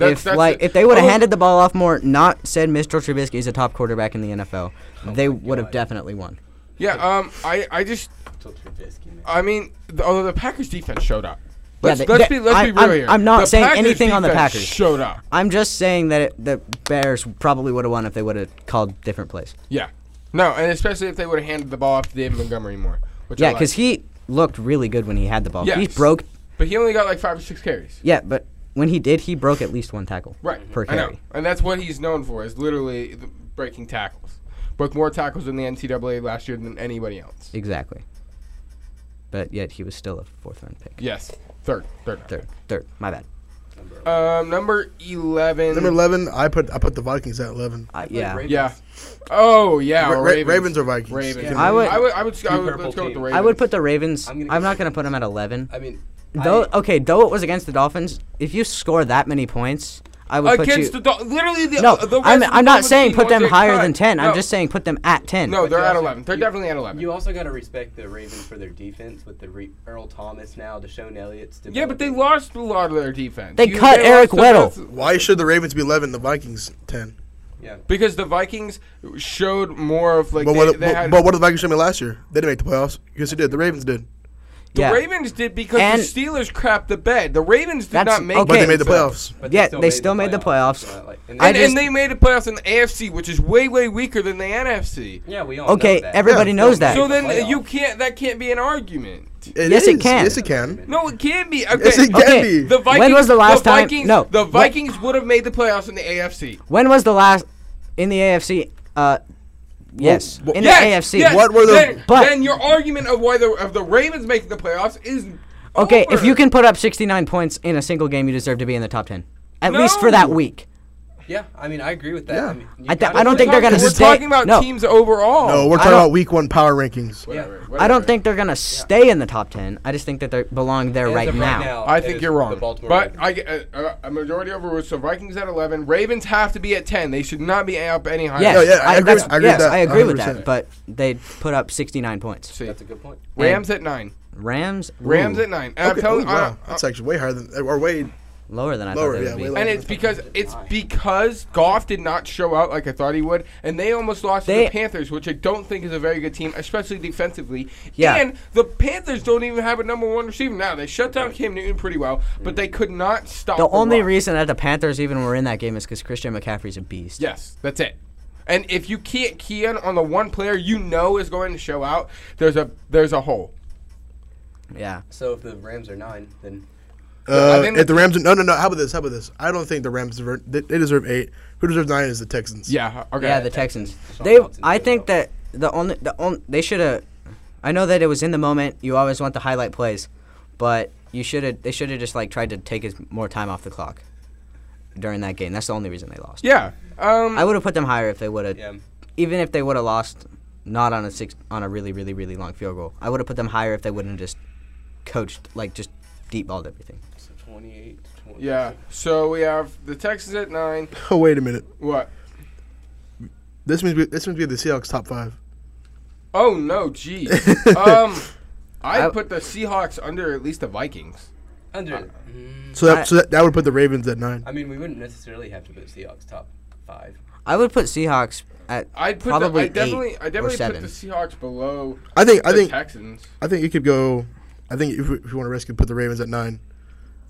S3: if like if they would have
S1: Oh,
S3: handed the ball off more, not said Mitchell Trubisky is a top quarterback in the NFL, they would have
S6: Oh God.
S3: definitely won.
S1: yeah, um, I I just
S6: Till Trubisky, man.
S1: I mean, the, although the Packers defense showed up.
S3: Yeah,
S1: Let's,
S3: they-
S1: let's
S3: they-
S1: be let's
S3: I-
S1: be real
S3: I'm-
S1: here.
S3: I'm not
S1: The
S3: saying
S1: Packers
S3: anything on the
S1: defense
S3: Packers.
S1: Showed up.
S3: I'm just saying that it, the Bears probably would have won if they would have called different plays.
S1: Yeah. No, and especially if they would have handed the ball off to David Montgomery more. Which
S3: Yeah,
S1: I
S3: because
S1: like.
S3: he looked really good when he had the ball. He
S1: Yes.
S3: broke.
S1: But he only got like five or six carries.
S3: Yeah, but when he did, he broke at least one tackle.
S1: Right.
S3: Per
S1: I know.
S3: carry.
S1: And that's what he's known for is literally the breaking tackles. Broke more tackles in the NCAA last year than anybody else.
S3: Exactly. But yet he was still a fourth round pick.
S1: Yes. Third. Third. round.
S3: Third. Third. My bad.
S1: Um, number 11.
S3: Mm.
S2: Number eleven, I put I put the Vikings at eleven.
S3: Uh, yeah.
S6: Ravens.
S1: Yeah. Oh, yeah.
S2: Ra-
S1: or
S2: Ra-
S1: Ravens.
S2: Ravens or Vikings?
S1: Ravens.
S6: Yeah.
S3: I would-
S1: I would. I would. I would-
S6: purple
S1: let's go with the
S6: teams.
S1: Ravens.
S3: I would put the Ravens.
S6: I'm
S3: I'm,
S6: gonna go
S3: not going to put them at 11.
S6: I mean,
S3: Though
S6: I,
S3: okay, though it was against the Dolphins, if you score that many points, I would put you.
S1: against the Dol- literally the
S3: no,
S1: uh, the
S3: I'm,
S1: rest of the
S3: I'm
S1: team
S3: not
S1: was
S3: saying
S1: being
S3: put them
S1: one-take
S3: higher
S1: cut.
S3: than 10.
S1: No.
S3: I'm just saying put them at 10.
S1: No,
S6: But
S1: they're
S6: you
S1: at
S6: also-
S1: eleven. They're
S6: you-
S1: definitely at eleven.
S6: you also got to respect the Ravens for their defense with the re- Earl Thomas now, Deshaun Elliott's.
S1: Yeah, but they
S6: developing.
S1: lost a lot of their defense.
S3: They cut
S1: lost
S3: Eric
S1: the-
S3: Weddle.
S2: Why should the Ravens be eleven? The Vikings ten.
S6: Yeah.
S1: because the Vikings showed more of like
S2: But
S1: they,
S2: what?
S1: they
S2: but,
S1: had.
S2: but what did the Vikings show me last year? They didn't make the playoffs. Yes, they did. The Ravens did.
S1: the
S3: yeah.
S1: Ravens did because
S3: And-
S1: the Steelers crapped the bed. The Ravens did
S3: That's-
S1: not make.
S3: okay.
S2: But they
S1: it.
S2: made the playoffs.
S6: But
S3: Yeah, they still made the playoffs.
S6: It's not like- and
S3: I
S1: And,
S6: they-
S3: just-
S1: and they made the playoffs in the AFC, which is way way weaker than the NFC.
S6: yeah, we all
S3: Okay,
S6: know that.
S3: everybody
S2: Yeah.
S3: knows that.
S1: So then
S6: Playoffs.
S1: you can't. That can't be an argument.
S3: Yes, it
S2: is.
S3: can.
S2: Yes, it can.
S1: No, it can be. Okay.
S2: Yes, it can
S3: Okay.
S2: be.
S1: The Vikings,
S3: When was the last time-
S1: Vikings,
S3: no.
S1: The
S3: What-
S1: Vikings would have made the playoffs in the AFC.
S3: when was the last in the AFC uh yes,
S2: wha-
S3: in
S1: Yes,
S3: the AFC.
S1: yes,
S2: What were the-
S1: Then,
S3: But-
S1: then your argument of why the of the Ravens making the playoffs is
S3: Okay,
S1: over.
S3: if you can put up 69 points in a single game, you deserve to be in the top 10. At least for
S1: No.
S3: that week.
S6: Yeah, I mean, I agree with that.
S2: Yeah.
S6: I, mean, you
S3: I th-
S6: gotta-
S3: I don't think they're gonna
S1: We're
S3: stay-
S1: talking about
S3: no.
S1: teams overall.
S2: No, we're
S3: I
S2: talking
S3: don't-
S2: about Week One power rankings.
S1: Whatever,
S6: Yeah.
S1: whatever.
S3: I don't think they're going to stay in the top 10. I just think that they belong there
S6: As
S3: right
S6: of
S3: now.
S1: I
S6: it
S1: think
S6: is
S1: you're
S6: The
S1: wrong.
S6: Baltimore
S1: But
S6: Ravens.
S1: I get uh, a majority of it was so Vikings at 11. Ravens have to be at 10. They should not be up any higher.
S3: Yes,
S2: No, yeah, I
S3: I,
S2: agree
S3: that's-
S2: with- I agree with
S3: yes,
S2: that,
S3: I agree with that,
S2: 100%.
S3: but they put up 69 points.
S1: See.
S6: that's a good point.
S1: Rams at 9.
S3: Rams,
S1: Rams
S3: ooh,
S1: at 9. And
S2: Okay,
S1: I'm telling
S2: ooh,
S1: you, I-
S2: wow, that's actually way higher than or way.
S3: lower than I
S2: Lower,
S3: thought they
S2: yeah,
S3: would be.
S2: way
S1: and it's because it's because Goff did not show out like I thought he would, and they almost lost to
S3: They-
S1: the Panthers, which I don't think is a very good team, especially defensively.
S3: Yeah.
S1: And the Panthers don't even have a number one receiver now. They shut down Cam Newton pretty well, but they could not stop.
S3: The only
S1: Rock.
S3: reason that the Panthers even were in that game is because Christian McCaffrey's a beast.
S1: Yes, that's it. And if you can't key in on the one player you know is going to show out, there's a there's a hole.
S3: Yeah.
S6: So if the Rams are nine, then
S1: I
S2: Uh,
S1: think
S2: if the Rams, no, no, no. How about this? How about this? I don't think the Rams deserve. They, they deserve eight. Who deserves nine is the Texans.
S1: Yeah. Okay.
S3: Yeah, the Texans.
S6: Deshaun
S3: They,
S6: Watson's
S3: I
S6: good
S3: think
S6: though.
S3: that the only, the only, they should have. I know that it was in the moment. You always want the highlight plays, but you should have. They should have just like tried to take as more time off the clock. during that game. That's the only reason they lost.
S1: Yeah. Um,
S3: I would have put them higher if they would have,
S6: Yeah.
S3: even if they would have lost, not on a six on a really really really long field goal. I would have put them higher if they wouldn't have just coached like just deep balled everything.
S6: So 28 20.
S1: yeah. So we have the Texans at nine.
S2: Oh wait a minute.
S1: What?
S2: This means we, this means we have the Seahawks top five.
S1: Oh no, geez. um, I
S3: I-
S1: put the Seahawks under at least the Vikings.
S6: Under.
S1: Uh,
S6: Mm,
S2: So that
S3: I-
S2: so that, that would put the Ravens at nine.
S6: I mean, we wouldn't necessarily have to put Seahawks top five.
S3: I would put Seahawks at
S1: I'd put
S3: Probably
S1: the, I definitely
S3: eight
S1: I definitely put
S3: seven.
S1: the Seahawks below
S2: I think I
S1: the
S2: think
S1: Texans.
S2: I think you could go. I think if, we- if you want to risk it, put the Ravens at nine,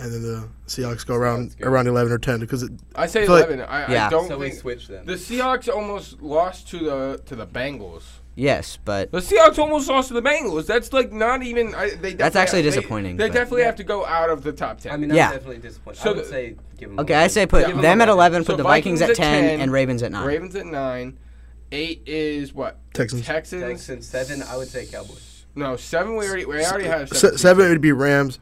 S2: and then the Seahawks go around
S6: Seahawks go.
S2: around eleven or ten because it,
S1: I say
S2: So, like-
S1: eleven. I, I
S3: Yeah.
S1: don't
S6: So we
S1: think
S6: switch them.
S1: the Seahawks almost lost to the to the Bengals.
S3: yes, but
S1: The Seahawks almost lost to the Bengals. That's like not even. I, they
S3: That's
S1: definitely-
S3: actually
S1: they-
S3: disappointing,
S1: They,
S3: but-
S1: definitely have to go out of the top ten.
S6: I mean, that's
S3: Yeah.
S6: definitely disappointing.
S1: So
S6: I would
S1: the-
S6: say give them.
S3: okay, I say put
S1: Yeah.
S3: them at eleven,
S1: So
S3: put the Vikings,
S1: Vikings
S3: at
S1: at
S3: 10,
S1: 10,
S3: and Ravens at nine.
S1: Ravens at nine. Eight is what?
S2: Texans.
S1: Texans.
S6: Texans seven. I would say Cowboys.
S1: No, seven. We already we already had a
S2: se- seven would be Rams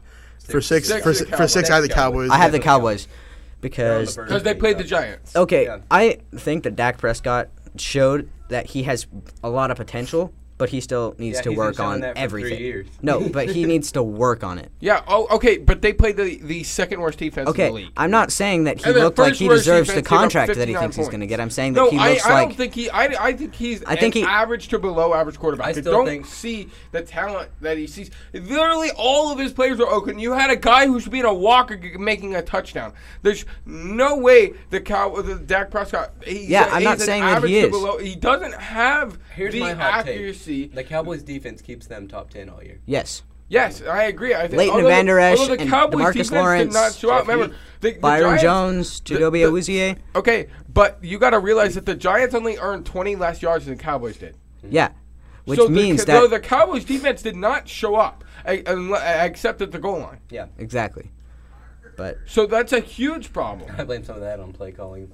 S2: for six,
S1: Six
S2: for,
S1: is
S2: si- for
S1: Cowboys.
S2: six I have the
S6: That's
S2: Cowboys.
S6: Cowboys.
S3: I have the
S6: Definitely Cowboys.
S3: Cowboys because
S6: They're on the
S1: because they played the Giants.
S3: Okay,
S6: Yeah.
S3: I think that Dak Prescott showed that he has a lot of potential, but he still needs
S6: Yeah,
S3: to
S6: he's been
S3: work
S6: showing
S3: on
S6: that for three
S3: everything.
S6: years.
S3: No, but he needs to work on it.
S1: Yeah. Oh, okay. But they played the the second worst defense in the
S3: Okay,
S1: league.
S3: I'm not saying that he
S1: And the
S3: looked like
S1: first
S3: he
S1: worst
S3: deserves the
S1: defense gave up
S3: contract that he
S1: 59
S3: thinks he's going to
S1: points.
S3: get. I'm saying that
S1: No,
S3: he
S1: I,
S3: looks
S1: I
S3: like
S1: don't think he. I, I think he's
S3: I think
S1: an
S3: he-
S1: average to below average quarterback.
S6: I
S1: I,
S6: still
S1: don't
S6: think-
S1: see the talent that he sees. Literally, all of his players are open. You had a guy who should be in a walker g- making a touchdown. There's no way the cow, the Dak Prescott. He's
S3: Yeah,
S1: a-
S3: I'm not
S1: he's an
S3: saying that
S1: average
S3: he
S1: to
S3: is.
S1: Below. He doesn't have
S6: Here's
S1: the
S6: my hot
S1: accuracy.
S6: take. The Cowboys defense keeps them top ten all year.
S3: yes.
S1: Yes, I agree. I think
S3: Leighton
S1: although the-
S3: Van Der Esch
S1: although the
S3: and
S1: Cowboys
S3: DeMarcus
S1: defense
S3: Lawrence,
S1: did not show out.
S6: Jeff
S1: Remember, the, the
S3: Byron
S1: Giants-
S3: Jones,
S1: the-
S3: Jadobi
S1: the-
S3: Awuzie.
S1: Okay, but you got to realize that the Giants only earned 20 less yards than the Cowboys did.
S3: Yeah. Which
S1: so
S3: means
S1: the, Ca- though
S3: that
S1: the Cowboys defense did not show up a- unle- except at the goal line.
S6: Yeah,
S3: exactly. But
S1: So that's a huge problem.
S6: I blame some of that on play calling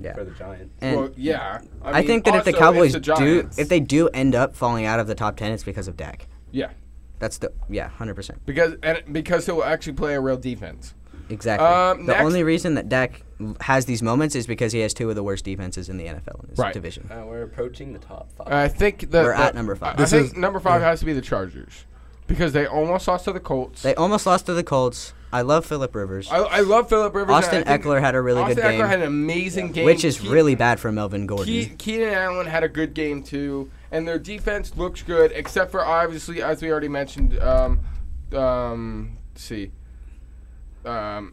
S3: yeah.
S6: for the Giants.
S3: And
S1: well, yeah. I,
S3: I
S1: mean,
S3: think that if the
S1: also, it's
S3: Cowboys
S1: the
S3: do
S1: Giants.
S3: if they do end up falling out of the top 10, it's because of Dak.
S1: yeah,
S3: That's the yeah, 100%.
S1: because and because he'll actually play a real defense.
S3: Exactly.
S1: Um,
S3: the
S1: next-
S3: only reason that Dak has these moments is because he has two of the worst defenses in the NFL in his
S1: Right.
S3: division.
S6: Uh, we're approaching the top five.
S1: I think that
S3: We're at
S1: that-
S3: number five.
S1: I I
S2: This
S1: think
S2: is-
S1: number five has to be the Chargers because they almost lost to the Colts.
S3: They almost lost to the Colts. I love Philip Rivers,
S1: I, I love Philip Rivers. and
S3: Austin
S1: I think
S3: Eckler had a really
S1: Austin
S3: good
S1: Eckler
S3: game.
S1: had an amazing game,
S3: which is
S1: Ke-
S3: really bad for Melvin
S1: Ke-
S3: Gordon.
S1: Keenan Allen had a good game too, and their defense looks good, except for obviously, as we already mentioned, um, um, let's see, um,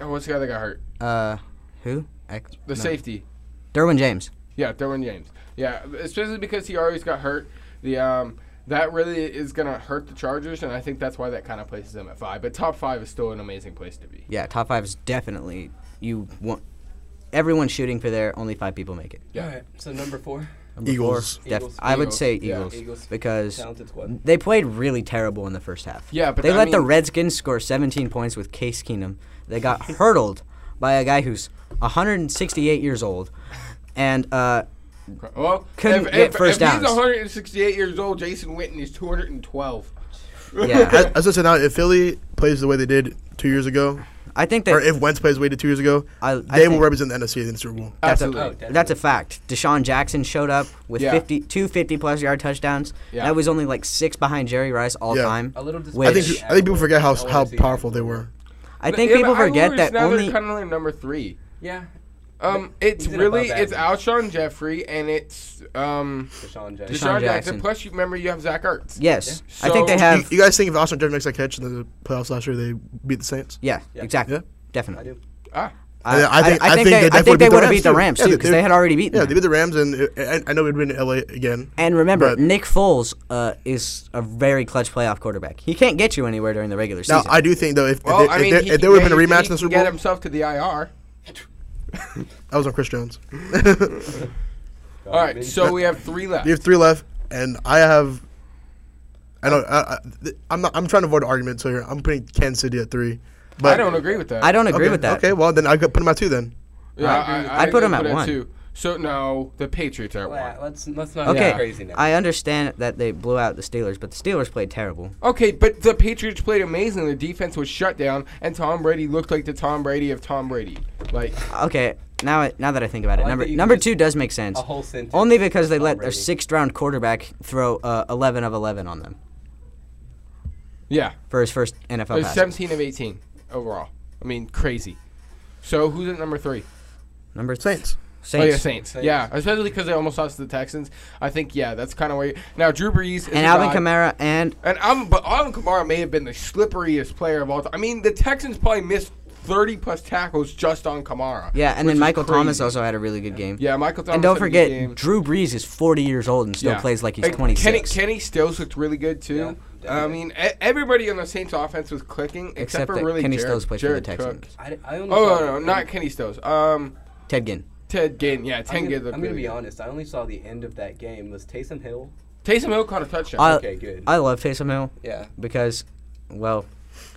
S1: oh, what's the guy that got hurt?
S3: uh, who? Eck-
S1: The
S3: no.
S1: safety,
S3: Derwin James.
S1: yeah, Derwin James, yeah, especially because he always got hurt. The um, that really is gonna hurt the Chargers, and I think that's why that kind of places them at five. But top five is still an amazing place to be.
S3: Yeah, top five is definitely you want. Everyone's shooting for there. Only five people make it.
S1: Yeah.
S6: All right, so number four,
S3: Number
S2: Eagles.
S3: Def-
S6: Eagles.
S3: I would
S1: Eagles.
S3: say
S1: Yeah.
S3: Eagles,
S6: Eagles.
S3: because
S6: talented squad.
S3: they played really terrible in the first half.
S1: Yeah, but
S3: they
S1: I
S3: let the
S1: mean-
S3: Redskins score 17 points with Case Keenum. They got hurdled by a guy who's 168 years old, and uh,
S1: Well,
S3: Couldn't
S1: if,
S3: get
S1: if,
S3: first
S1: if
S3: downs.
S1: he's 168 years old, Jason Witten is 212.
S3: yeah,
S2: As, as I said now, if Philly plays the way they did two years ago,
S3: I think
S2: or
S3: that
S2: if Wentz plays the way they did two years ago,
S3: I- I
S2: they will
S3: think-
S2: represent the NFC in the Super Bowl.
S3: that's
S1: Absolutely.
S6: Oh,
S3: a that's a fact. Deshaun Jackson showed up with
S1: Yeah.
S3: 50 two 50 plus yard touchdowns.
S1: Yeah.
S3: That was only like six behind Jerry Rice all
S2: Yeah.
S3: time.
S6: A little
S3: Which-
S2: I
S3: I
S2: think
S6: disappointing.
S2: I think people forget how
S6: I wanna
S2: how
S6: see
S2: powerful
S6: it.
S2: they were.
S3: I think people forget that only
S1: kind of like number three.
S6: Yeah,
S1: Um, it's
S6: He's an
S1: really
S6: above
S1: it's
S6: average.
S1: Alshon Jeffrey and it's um
S6: Deshaun
S1: Deshaun,
S6: Jackson.
S1: Jackson.
S3: Jackson.
S1: Plus, you remember you have Zach Ertz.
S3: yes,
S1: Yeah.
S3: I think they
S1: So-
S3: have
S2: you, you guys think if Austin Jeff makes that catch in the playoffs last year, they beat the Saints?
S3: yeah,
S6: Yeah.
S3: exactly
S2: Yeah.
S6: I
S3: definitely.
S6: do.
S1: Ah,
S2: I- I think- I think they
S3: they, I
S2: definitely
S3: think they
S2: beat the
S3: would have beat the
S2: Rams,
S3: Rams
S2: too.
S3: too
S2: Yeah,
S3: because
S2: they-
S3: they had already beaten
S2: Yeah,
S3: them.
S2: they beat the Rams, and I, I know we'd been in LA again.
S3: And remember,
S2: But-
S3: Nick Foles uh, is a very clutch playoff quarterback. He can't get you anywhere during the regular
S2: Now
S3: season.
S2: I do think though, if, if
S1: well,
S2: there-
S1: I
S2: if
S1: mean,
S2: there,
S1: he-
S2: if there would have
S1: yeah,
S2: been a
S1: he-
S2: rematch
S1: he
S2: in the
S1: can
S2: Super
S1: get
S2: Bowl,
S1: himself to the IR.
S2: that was on Chris Jones.
S1: All right, so we have three left.
S2: You have three left, and I have. I don't. I, I, th- I'm not. I'm trying to avoid arguments here. I'm putting Kansas City at three. But
S1: I don't agree with that.
S3: I don't agree
S2: okay,
S3: with that.
S2: Okay, well then I could put them at two then.
S1: Yeah,
S3: I- I'd put him at
S1: it
S3: one.
S1: too. So no, the Patriots are at
S6: Well,
S1: one.
S6: let's let's not
S3: Okay,
S6: get crazy now.
S3: I understand that they blew out the Steelers, but the Steelers played terrible.
S1: Okay, but the Patriots played amazing. The defense was shut down, and Tom Brady looked like the Tom Brady of Tom Brady. Like
S3: Okay, now I- now that I think about it,
S6: like
S3: number
S6: that you
S3: number
S6: just-
S3: two does make sense.
S6: a whole sentence.
S3: Only because they
S6: Tom
S3: let their
S6: Brady.
S3: sixth round quarterback throw uh, 11 of 11 on them
S1: yeah,
S3: for his first NFL
S1: they're
S3: pass.
S1: 17 of 18 overall. I mean, crazy. So who's at number three?
S3: Number th-
S2: Saints.
S1: Oh yeah,
S3: Saints.
S1: Saints.
S6: Saints.
S1: Yeah, especially because they almost lost to the Texans. I think yeah, that's kind of where. You, now Drew Brees is
S3: and
S1: a
S3: Alvin
S1: god.
S3: Kamara and
S1: And I'm, but Alvin Kamara may have been the slipperiest player of all time. I mean, the Texans probably missed 30 plus tackles just on Kamara.
S3: yeah, and
S1: which
S3: then
S1: is
S3: Michael Thomas
S1: crazy.
S3: also had a really good game.
S1: Yeah, Michael Thomas.
S3: and don't
S1: had a good
S3: forget,
S1: game.
S3: Drew Brees is 40 years old and still
S1: Yeah.
S3: plays like he's
S1: And
S3: 26.
S1: Kenny, Kenny Stills looked really good too.
S6: Yeah,
S1: I mean, e- everybody on the Saints offense was clicking except,
S3: except
S1: for
S3: that
S1: really
S3: Kenny
S1: Jared,
S3: Stills plays
S1: Jared
S3: for the
S1: Cook.
S3: Texans.
S6: I, I only
S1: Oh
S6: saw-
S1: no, no, not Kenny Stills. Um,
S3: Ted Ginn.
S1: Ted Ginn. Yeah, Ted
S6: I'm
S1: Ginn.
S6: gonna,
S1: looked
S6: I'm gonna
S1: really
S6: be
S1: good.
S6: honest. I only saw the end of that game. Was Taysom Hill?
S1: Taysom Hill caught a touchdown.
S3: I-
S6: Okay, good.
S3: I love Taysom Hill
S6: yeah.
S3: because, well,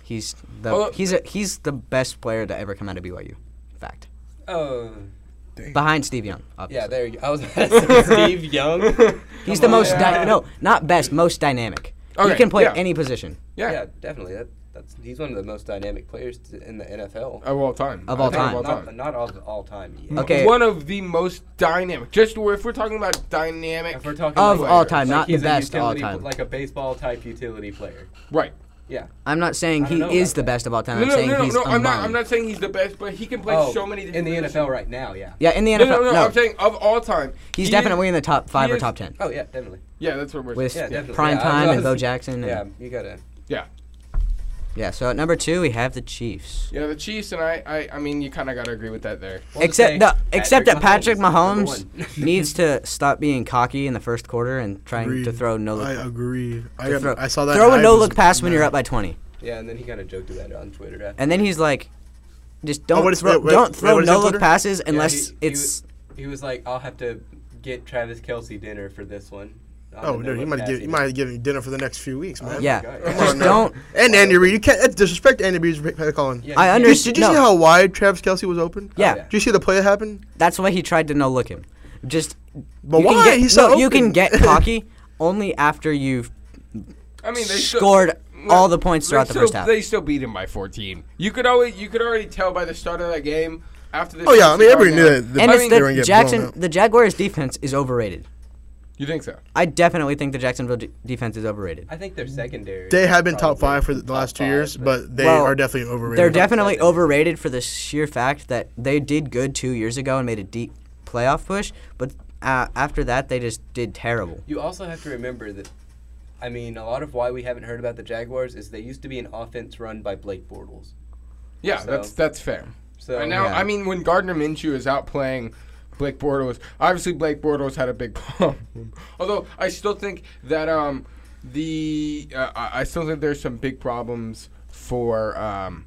S3: he's the
S1: Oh, look.
S3: he's a, he's the best player to ever come out of BYU. Fact.
S6: Oh,
S3: Behind Steve Young, obviously.
S6: yeah. There you go. I was
S3: Uh,
S6: Steve Young.
S3: he's the
S6: Come on.
S3: most
S1: Yeah.
S3: dy no, not best, most dynamic.
S1: Okay,
S3: he can play
S1: yeah.
S3: any position.
S1: yeah,
S6: Yeah, definitely. That, that's he's one of the most dynamic players t- in the NFL.
S1: of all time.
S3: Of
S1: I
S3: all
S1: think
S3: time.
S1: Of all time.
S6: Not, not all all time. Yet.
S3: Okay.
S1: One of the most dynamic. Just where- if we're talking about dynamic,
S6: If we're talking
S3: Of
S6: like-
S3: all time,
S6: like
S3: not the
S6: he's a
S3: best all
S6: utility-
S3: time.
S6: like a baseball type utility player.
S1: right?
S6: Yeah.
S3: I'm not saying
S6: I don't
S3: he
S6: know
S3: is
S6: about
S3: the
S6: that.
S3: best of all time.
S1: No,
S3: I'm
S1: no,
S3: saying
S1: no, no,
S3: he's
S1: no. I'm not.
S3: among.
S1: I'm not saying he's the best, but he can play
S6: oh,
S1: so many
S6: in
S1: different
S6: the
S1: positions.
S6: NFL right now. Yeah.
S3: Yeah, in the NFL,
S1: No, no, no,
S3: no.
S1: I'm saying of all time.
S3: he's
S1: he Is,
S3: definitely in the top five
S1: he
S3: or
S1: is-
S3: top ten
S6: Oh yeah, definitely.
S1: yeah, that's what we're.
S3: with
S6: Yeah, definitely.
S3: prime
S6: Yeah, I
S3: time
S6: was-
S3: and Bo Jackson. and-
S6: Yeah, you gotta.
S1: yeah.
S3: yeah. So at number two, we have the Chiefs.
S1: Yeah, the Chiefs and I, I, I mean, you kind of got to agree with that there.
S6: Well, just
S3: except
S6: say
S3: no, except that Patrick
S6: Mahomes is
S3: Mahomes
S6: number one.
S3: needs to stop being cocky in the first quarter and trying
S2: Agreed.
S3: to throw no
S2: I
S3: look.
S2: agree. I,
S3: to
S2: got,
S3: throw,
S2: I saw that.
S3: Throw
S2: and
S3: a
S2: I
S3: no
S2: was
S3: look pass when you're
S2: mad.
S3: up by 20,
S6: Yeah, and then he kind of joked about it on Twitter. After.
S3: and then he's like, just don't
S2: Oh, what is-
S3: throw,
S2: wait, wait,
S3: don't
S2: wait,
S3: throw
S2: what is that
S3: no look
S2: Twitter?
S3: passes
S6: Yeah,
S3: unless
S6: he- he
S3: it's
S6: was- He was like, "I'll have to get Travis Kelsey dinner for this one." I
S2: Oh
S6: don't
S2: no,
S6: know
S2: you
S6: what
S2: might
S6: pass
S2: give
S6: he
S2: you
S6: did.
S2: might give him dinner for the next few weeks, man.
S3: yeah.
S6: God.
S2: Come
S3: Just
S2: on now.
S3: don't.
S2: And Andy Reid, you can't that's disrespect to Andy Reid's play calling.
S6: Yeah,
S3: I
S6: he-
S2: Did you,
S6: Oh,
S2: did
S3: understand.
S2: you see
S3: No,
S2: how wide Travis Kelsey was open?
S3: Yeah.
S2: Did you see the play that happened?
S3: that's why he tried to no look him. Just
S2: But
S3: you
S2: why?
S3: Can get,
S2: He's so
S3: no, you can
S2: open.
S3: get cocky only after you've
S1: I mean, they still-
S3: scored
S1: Well,
S3: all the points
S1: they
S3: throughout the
S1: still-
S3: first half.
S1: They still beat him by 14. You could always, you could already tell by the start of that game. After this
S2: Oh yeah, I mean
S1: Chiefs
S2: everybody knew
S1: touchdown.
S2: that.
S3: and
S1: I
S3: it's
S1: mean,
S2: they were gonna
S3: the
S2: get
S3: Jackson,
S2: blown out.
S3: the Jaguars defense is overrated.
S1: You think so?
S3: I definitely think the Jacksonville d- defense is overrated.
S6: I think they're secondary.
S2: They have been top
S6: probably
S2: five for the last two
S6: five,
S2: years, but they
S3: Well,
S2: are definitely overrated.
S3: They're definitely
S6: Second.
S3: overrated for the sheer fact that they did good two years ago and made a deep playoff push, but uh, after that they just did terrible.
S6: You also have to remember that. I mean, a lot of why we haven't heard about the Jaguars is they used to be an offense run by Blake Bortles.
S1: Yeah,
S6: So-
S1: that's that's fair.
S6: So
S1: and now,
S3: yeah.
S1: I mean, when Gardner Minshew is out playing Blake Bortles, obviously Blake Bortles had a big problem. Although I still think that um the uh, I I still think there's some big problems for um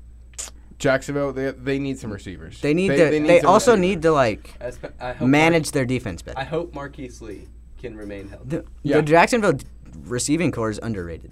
S1: Jacksonville. They they need some receivers.
S3: They need to. They,
S1: some
S3: also
S1: receivers.
S3: need to like
S6: as- I hope
S3: manage their defense better.
S6: Mar- I hope Marquise Lee can remain healthy.
S3: the,
S1: Yeah.
S3: the Jacksonville d- receiving core is underrated,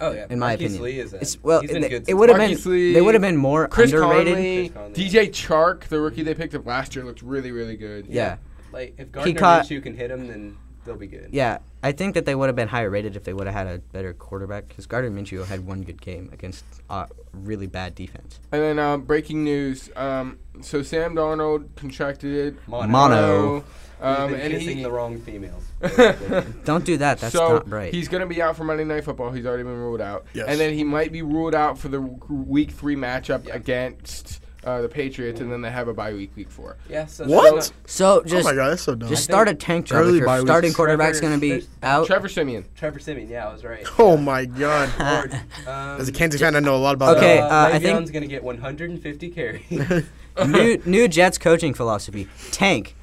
S6: oh yeah,
S3: in my
S6: Marquise
S3: opinion.
S6: Lee is a,
S3: It's- well,
S6: he's been
S3: it,
S6: good.
S3: it
S6: since-
S3: would have been.
S1: Marquise Lee,
S3: They would have been more
S1: Chris
S3: underrated.
S1: Conley,
S6: Chris Conley.
S1: DJ Chark, the rookie they picked up last year, looked really really good.
S3: Yeah,
S6: like if Gardner
S3: caught-
S6: Minshew can hit him, then they'll be good.
S3: yeah. I think that they would have been higher rated if they would have had a better quarterback. Because Gardner Minshew had one good game against uh, really bad defense.
S1: And then um, breaking news. Um, so Sam Darnold contracted
S6: Mono.
S3: Mono.
S1: Um,
S6: he's been
S1: and
S6: kissing
S1: he,
S6: the wrong females.
S3: Don't do that. That's
S1: so
S3: not right.
S1: he's going to be out for Monday Night Football. He's already been ruled out.
S2: Yes.
S1: And then he might be ruled out for the Week Three matchup
S6: Yeah.
S1: against uh, the Patriots, and then they have a bye week, Week Four.
S6: yeah. So
S2: What?
S3: So
S2: Oh
S3: just
S2: my god, that's so dumb.
S3: Just
S6: I
S3: start a
S6: think
S3: tank job. If
S2: early
S3: your
S2: bye weeks-
S3: starting quarterback's
S6: Trevor-
S3: going to be
S6: there's-
S3: out.
S1: Trevor Simeon.
S6: Trevor Simeon. Yeah, I was right.
S2: Oh my god.
S6: Lord, um,
S2: As a Kansas fan, I know a lot about
S3: Okay,
S2: that.
S3: uh, I think-
S6: Le'Veon's gonna get 150 carries.
S3: new new Jets coaching philosophy: tank,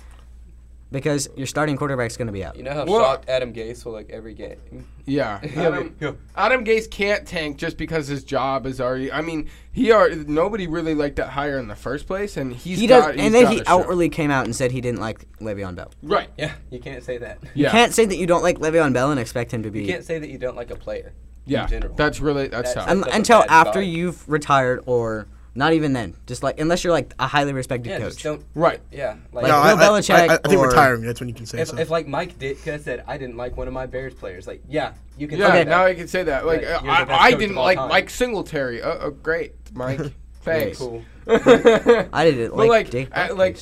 S3: because your starting quarterback's going to be out.
S6: you know how
S1: Well-
S6: shocked Adam Gase will look every game.
S1: Yeah. Um, Adam,
S6: yeah.
S1: Adam Gase can't tank just because his job is already. I mean, he are nobody really liked that hire in the first place, and he's
S3: He does,
S1: got- he's
S3: and then
S1: got
S3: he
S1: to show.
S3: outwardly came out and said he didn't like Le'Veon Bell.
S1: right.
S6: Yeah, you can't say that.
S1: Yeah.
S3: Can't say that you don't like Le'Veon Bell and expect him to
S6: You
S3: be
S6: can't say that you don't like a player.
S1: yeah.
S6: In general.
S1: That's really that's,
S6: That's-
S1: tough.
S3: un-
S6: that's a
S3: until
S6: bad
S3: after
S6: vibe.
S3: you've retired or Not even then. Just like unless you're like a highly respected
S6: Yeah,
S3: coach.
S6: just don't.
S1: Right.
S6: Yeah, like,
S3: Like,
S2: no, I,
S3: Bill
S2: I- I, I,
S3: Belichick
S2: think
S3: or-
S2: retiring. That's when you can say
S6: if,
S2: so.
S6: if like Mike Ditka said, I didn't like one of my Bears players. Like, yeah, you can.
S1: Yeah,
S6: say
S1: now
S6: that.
S1: I can say that. Like,
S6: Right,
S1: uh,
S6: you're the
S1: I,
S6: best
S1: I
S6: coach
S1: didn't
S6: of all
S1: like
S6: time.
S1: Mike Singletary. Uh, oh, great, Mike. Thanks.
S6: Cool.
S3: I didn't
S1: But
S3: like,
S1: like,
S3: Dick
S1: I- like,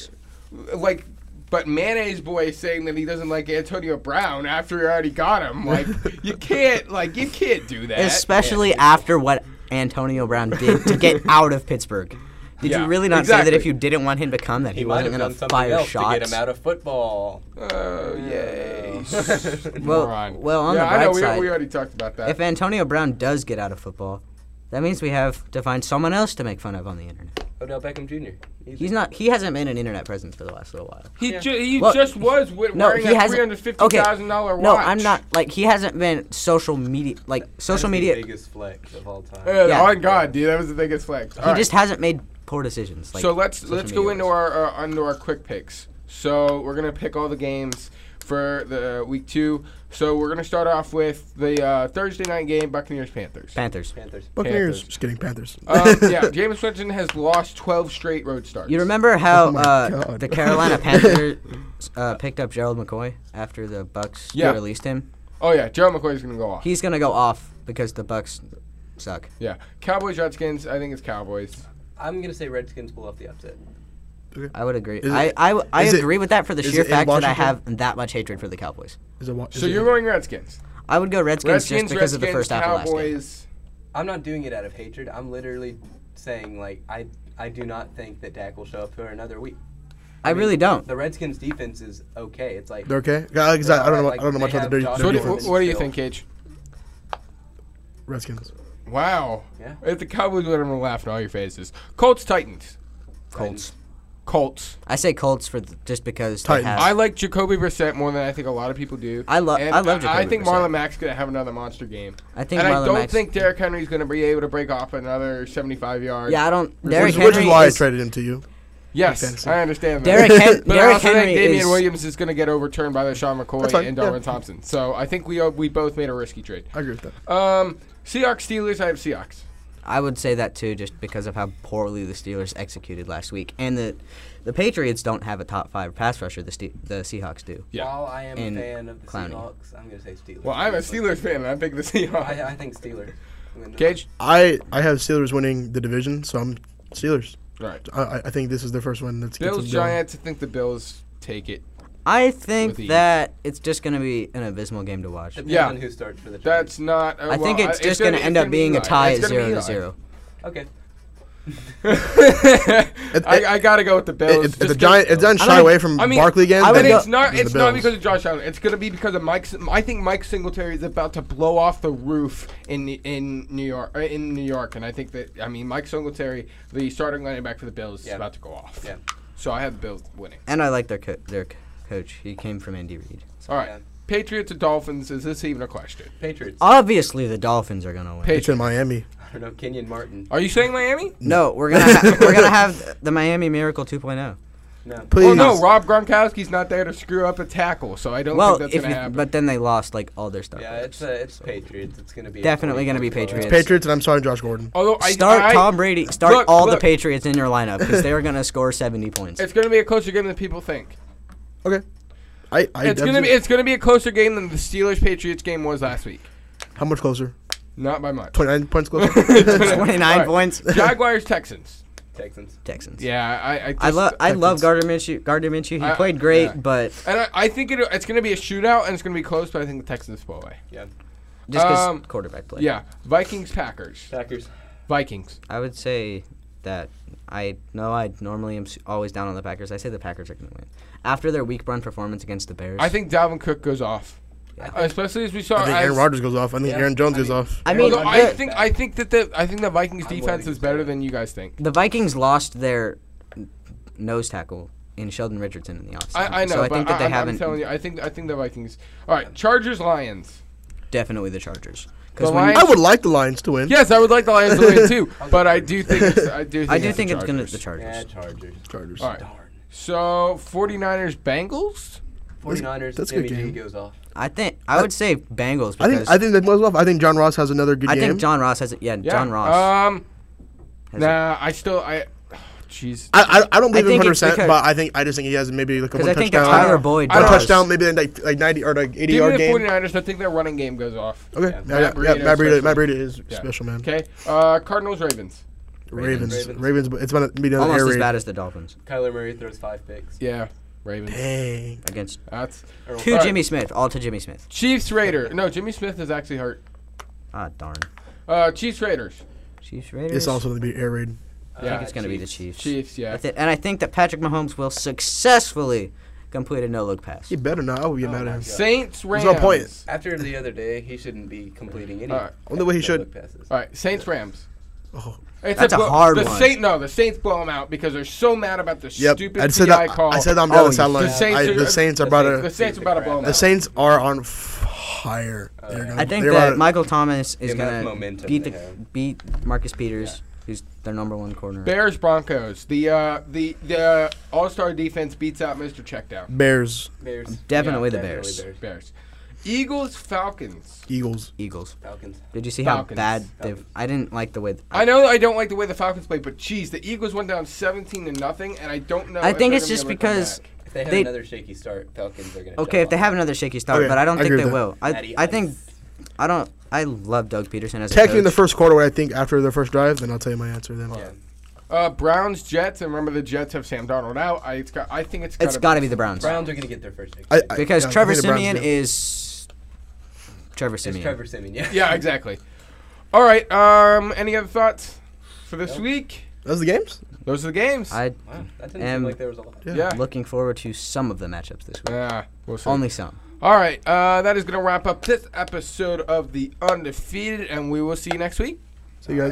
S1: like, but mayonnaise boy saying that he doesn't like Antonio Brown after you already got him. Like, you can't, like, you can't do that.
S3: especially after what Antonio Brown did to get out of Pittsburgh. Did
S1: Yeah,
S3: you really not say that if
S1: exactly.
S3: you didn't want him to come, that he,
S6: He might
S3: wasn't
S6: have
S3: going
S6: done
S3: to
S6: something
S3: fire
S6: else
S3: shots?
S6: to get him out of football.
S1: Oh yay!
S3: Well-
S1: Moron.
S3: well, on
S1: yeah,
S3: the
S1: I know.
S3: bright side-
S1: we, we already talked about that.
S3: If Antonio Brown does get out of football, that means we have to find someone else to make fun of on the internet.
S6: Odell Beckham Jr. He's,
S3: He's not. He hasn't been an internet presence for the last little while.
S1: he ju- he
S3: Look,
S1: just was wi-
S3: No,
S1: wearing
S3: he
S1: a
S3: hasn't.
S1: three hundred fifty thousand dollars
S3: okay.
S1: watch.
S3: No, I'm not. Like he hasn't been social media. Like
S6: that's
S3: social
S6: the
S3: media.
S6: biggest flex of all time.
S1: Yeah,
S3: Yeah.
S1: on God, dude, that was the biggest flex.
S3: he just hasn't made poor decisions. Like,
S1: so let's
S3: social
S1: let's
S3: media
S1: go into
S3: wise.
S1: our uh, into our quick picks. So we're gonna pick all the games for the week two. So we're gonna start off with the uh, Thursday night game, Buccaneers Panthers.
S3: Panthers.
S6: Panthers.
S2: Buccaneers.
S1: Panthers.
S2: Just kidding. Panthers.
S1: um, yeah, Jameis Winston has lost twelve straight road starts.
S3: You remember how
S2: Oh my
S3: uh,
S2: God.
S3: the Carolina Panthers uh, picked up Gerald McCoy after the Bucks
S1: Yeah.
S3: released him?
S1: Oh yeah, Joe McCoy's gonna go off.
S3: He's gonna go off because the Bucks suck.
S1: yeah, Cowboys Redskins. I think it's Cowboys.
S6: I'm gonna say Redskins pull off the upset.
S3: I would agree.
S2: Is
S3: I
S2: it-
S3: I, I
S2: is it-
S3: agree with that for the
S2: is
S3: sheer
S2: it in
S3: fact that I
S2: Washington?
S3: have that much hatred for the Cowboys.
S2: Is it, wa- is
S1: So
S2: it-
S1: you're going Redskins.
S3: I would go Redskins
S1: Redskins,
S3: just
S1: Redskins,
S3: because of the first half of last game.
S1: Cowboys.
S6: I'm not doing it out of hatred. I'm literally saying like I I do not think that Dak will show up for another week.
S3: I really don't.
S6: The Redskins defense is okay. It's like
S2: They're okay. Yeah, like I said, I don't know. I don't know
S6: They
S2: much about the
S6: have
S2: dirty,
S6: Josh
S1: So what
S2: dirty
S1: do,
S6: Norman.
S2: Hornets.
S1: what do you think, Cage?
S2: Redskins.
S1: Wow.
S6: Yeah.
S1: If the Cowboys win, I'm gonna laugh in all your faces. Colts Titans.
S3: Colts.
S1: Colts.
S3: I say Colts for th- just because
S2: Titans.
S3: they have.
S1: I like Jacoby Brissett more than I think a lot of people do.
S3: I lo-
S1: And
S3: I love
S1: I
S3: Jacoby
S1: think
S3: Brissett.
S1: Marlon Mack's gonna have another monster game.
S3: I think
S1: and I
S3: Marlon
S1: don't
S3: Mack's-
S1: think Derrick Henry's gonna be able to break off another 75 yards.
S3: yeah, I don't.
S2: Which,
S3: Derrick
S2: which is
S3: Henry
S2: why
S3: is-
S2: I traded him to you.
S1: Yes,
S2: Fantasy.
S1: I understand that.
S3: Derrick Hen-
S1: but I
S3: Derrick
S1: also
S3: Henry
S1: think Damian
S3: is-
S1: Williams is gonna get overturned by the Sean McCoy
S2: That's fine,
S1: and
S2: yeah.
S1: Darwin Thompson. So I think we uh, we both made a risky trade.
S2: I agree with that.
S1: Um, Seahawks Steelers. I have Seahawks.
S3: I would say that too, just because of how poorly the Steelers executed last week, and the the Patriots don't have a top five pass rusher. The Ste- the Seahawks do.
S1: Yeah.
S6: While I am a
S3: And
S6: fan of the
S3: Clowney.
S6: Seahawks, I'm gonna say Steelers.
S1: Well, I'm a Steelers fan, and I pick the
S6: I,
S1: Seahawks.
S6: I think Steelers. I'm gonna-
S1: Cage.
S2: I I have Steelers winning the division, so I'm Steelers.
S1: All right.
S2: I I- I think this is their first one that's gets
S1: Bills
S2: them down.
S1: Giants. I think the Bills take it.
S3: I
S1: With
S3: think
S1: ease.
S3: that it's just going to be an abysmal game to watch.
S6: Depends
S1: Yeah.
S6: on who starts for the Giants.
S1: That's not. Uh,
S3: I think
S1: well,
S3: it's
S1: uh,
S3: just going to
S1: gonna-
S3: end
S1: it's
S3: up
S1: gonna
S3: being
S1: be
S3: a
S1: Eli.
S3: tie
S1: It's
S3: at
S1: gonna be
S3: zero to
S1: Eli.
S3: zero.
S6: okay.
S1: I, I gotta go with the Bills.
S2: If- If,
S1: Just
S2: the
S1: go-
S2: Giant, if Giants
S3: I
S2: shy
S3: mean-
S2: away from
S1: I mean,
S2: Barkley again,
S3: I
S1: and
S3: would
S2: then
S3: go-
S1: it's not.
S2: then
S1: It's
S2: the
S1: not
S2: Bills.
S1: because of Josh Allen. It's gonna be because of Mike. I think Mike Singletary is about to blow off the roof in in New York. uh, In New York, and I think that I mean Mike Singletary, the starting linebacker for the Bills, is
S6: Yeah.
S1: about to go off.
S6: Yeah.
S1: So I have the Bills winning.
S3: And I like their co- their c- coach. He came from Andy Reid.
S1: All right.
S6: Yeah.
S1: Patriots and Dolphins. Is this even a question?
S3: Uh,
S6: Patriots.
S3: Obviously, the Dolphins are going to win.
S1: Patri-
S2: It's in Miami.
S6: I don't know. Kenyon Martin.
S1: Are you saying Miami?
S3: no, we're gonna ha- we're gonna have the Miami Miracle oh. 2.0.
S6: No.
S2: Please.
S1: Well, Oh, no. Rob Gronkowski's not there to screw up a tackle, so I don't
S3: Well,
S1: think that's
S3: if
S1: gonna
S3: you,
S1: happen.
S3: but then they lost like all their stuff.
S6: Yeah, it's uh, it's Patriots. It's gonna be a
S3: Definitely gonna be
S6: 40-point blowout.
S3: Patriots.
S2: Patriots, and I'm sorry, Josh Gordon.
S1: Although I
S3: start
S1: I-
S3: Tom Brady. Start
S1: Look,
S3: all
S1: look.
S3: the Patriots in your lineup because they're gonna score 70 points.
S1: It's gonna be a closer game than people think.
S2: Okay. I, I
S1: It's gonna be it's gonna be a closer game than the Steelers Patriots game was last week.
S2: How much closer?
S1: Not by much.
S2: 29 points closer.
S3: 29
S1: All right.
S3: points.
S1: Jaguars Texans.
S6: Texans.
S3: Texans.
S1: Yeah, I I, just,
S3: I love I love
S2: Texans.
S3: Gardner Minshew. Gardner Minshew. He
S1: I-
S3: played great,
S1: yeah.
S3: but
S1: and I, I think it, it's gonna be a shootout and it's gonna be close, but I think the Texans pull away.
S6: Yeah.
S3: just 'cause
S1: Um,
S3: quarterback play.
S1: Yeah, Vikings Packers.
S6: Packers.
S1: Vikings.
S3: I would say that I know I normally am s- always down on the Packers. I say the Packers are going to win after their week run performance against the Bears.
S1: I think Dalvin Cook goes off,
S3: Yeah.
S1: especially as we saw.
S2: I think Aaron
S1: as-
S2: Rodgers goes off. I think
S6: Yeah.
S2: Aaron Jones
S6: I
S2: goes
S6: mean-
S2: off.
S3: I mean,
S1: Although I
S3: the,
S1: think I think that the I think the Vikings
S6: I'm
S1: defense
S6: willing
S1: is
S6: to
S1: better
S6: say
S1: than you guys think.
S3: the Vikings lost their n- nose tackle in Sheldon Richardson in the offseason.
S1: I, I know,
S3: so I
S1: but
S3: think that they
S1: I'm, I'm
S3: haven't.
S1: telling you, I think I think the Vikings. All right, Chargers Lions.
S3: Definitely the Chargers.
S1: The
S3: Because when you-
S1: Lions-
S2: I would like the Lions to win.
S1: Yes, I would like the Lions to win too, but I do think it's, I do think
S3: I do
S1: it's
S3: think
S1: the
S3: it's going to the
S1: Chargers.
S6: Yeah,
S3: Chargers.
S6: Chargers.
S2: Chargers.
S1: All right.
S6: Darn.
S1: So 49ers Bengals?
S6: 49ers.
S2: that's a good
S6: Jimmy G
S2: game.
S6: goes off.
S3: I think I would say Bengals because
S2: I think I think that goes off. I think John Ross has another good
S3: I
S2: game.
S1: Uh,
S3: think John Ross has it. Yeah,
S1: Yeah.
S3: John Ross.
S1: Um
S3: Has
S1: Nah, I still I. Jeez.
S2: I, I, I don't believe him
S3: I think
S2: 100,
S3: it's
S2: percent
S3: because-
S2: but I think I just think he has maybe like a one
S3: Because I
S2: touchdown,
S3: think that Tyler Boyd
S1: I
S2: a
S1: don't-
S3: does.
S2: touchdown, maybe like like 90 or like 80
S1: Give me
S2: yard
S1: the
S2: game.
S1: 49ers. I think their running game goes off.
S2: Okay,
S6: Yeah,
S2: yeah, yeah,
S1: Matt
S2: yeah,
S1: Breida especially.
S2: Matt Breida, Matt Breida is
S1: Yeah.
S2: special, man.
S1: Okay. Uh, Cardinals Ravens.
S2: Ravens, Ravens,
S6: Ravens.
S2: but it's about to be another air
S3: Almost as
S2: raid.
S3: bad as the Dolphins
S6: Kyler Murray throws five picks.
S1: Yeah. Ravens.
S2: Dang,
S3: against
S1: That's
S6: Or-
S3: to
S1: Alright.
S3: Jimmy Smith, all to Jimmy Smith.
S1: Chiefs Raider. No, Jimmy Smith is actually hurt.
S3: Ah, darn.
S1: Uh, Chiefs Raiders.
S3: Chiefs Raiders.
S2: it's also going to be air raid.
S3: I
S6: Uh,
S3: think it's going to be the Chiefs.
S1: Chiefs.
S3: I
S1: Yeah.
S3: thi- and I think that Patrick Mahomes will successfully complete a no look pass.
S2: He better not. I would get
S6: Oh
S2: mad
S6: my
S2: at him.
S6: God.
S1: Saints Rams.
S2: There's no point.
S6: After the other day, he shouldn't be completing any.
S1: Alright.
S2: Only way he should-
S6: look passes.
S1: All right. Saints Rams.
S2: Oh.
S1: It's
S3: That's a
S1: blow-
S3: hard
S1: the
S3: one.
S1: Saint, no, the Saints blow them out because they're so mad about the
S2: Yep,
S1: stupid
S2: I said
S1: PI
S2: that.
S1: call.
S2: I said that on the
S3: Oh,
S2: other
S3: you-
S2: sideline.
S1: The Saints
S2: I-
S1: are-
S2: the Saints are
S6: the
S2: about
S6: Saints-
S1: the
S2: to.
S1: Saints are about to blow them
S2: The
S1: out.
S2: Saints are on fire. They're gonna-
S3: I think
S2: they're
S3: that
S2: about-
S3: Michael Thomas is
S6: Enough
S3: going to
S6: momentum
S3: beat
S6: they
S3: the,
S6: have.
S3: beat Marcus Peters, who's their number one corner.
S1: Bears Broncos. The uh, the the uh, All Star defense beats out Mr. Checkdown.
S2: Bears,
S6: Bears.
S3: Definitely the
S6: Yeah, definitely
S3: Bears.
S1: Bears. Eagles Falcons.
S2: Eagles.
S3: Eagles.
S6: Falcons.
S3: Did you see
S1: Falcons.
S3: how bad they've?
S6: Falcons.
S3: I didn't like the way. th-
S1: I know I don't like the way the Falcons played, but geez, the Eagles went down 17 to nothing, and I don't know.
S3: I
S1: if
S3: think
S1: they're
S3: it's
S1: gonna be
S3: just
S1: able to come
S3: because-
S1: back.
S6: If they have
S3: They-
S6: another shaky start, Falcons are going to.
S3: Okay, if they have another shaky start,
S2: Okay,
S3: but I don't
S2: I
S3: think
S2: agree
S3: they
S2: with that.
S3: will. I
S6: Matty
S3: I think
S6: Ice.
S3: I don't. I love Doug Peterson as a
S2: Technically, in the
S3: coach.
S2: first quarter, when I think after the first drive, then I'll tell you my answer. Then
S6: Yeah.
S1: Uh, Browns Jets, and remember the Jets have Sam Donald out. I it's got, I think it's
S3: It's got to be the Browns
S6: Browns are going to get their first. Shaky
S2: I-
S6: start.
S2: I-
S3: because
S2: yeah, I
S3: Trevor
S2: think the Browns
S3: Simeon
S2: do.
S3: is Trevor
S6: it's
S3: Simeon.
S6: Trevor Simeon. Yeah.
S1: yeah exactly. All right. Um, any other thoughts for this
S6: Nope.
S1: week?
S2: Those are the games.
S1: Those are the games.
S3: I'm
S6: Wow, that didn't
S3: And-
S6: seem like there was a lot.
S2: Yeah.
S1: yeah.
S3: looking forward to some of the matchups this week.
S1: Yeah. We'll see.
S3: Only some.
S1: All right, uh, that is going to wrap up this episode of The Undefeated, and we will see you next week.
S2: So you guys.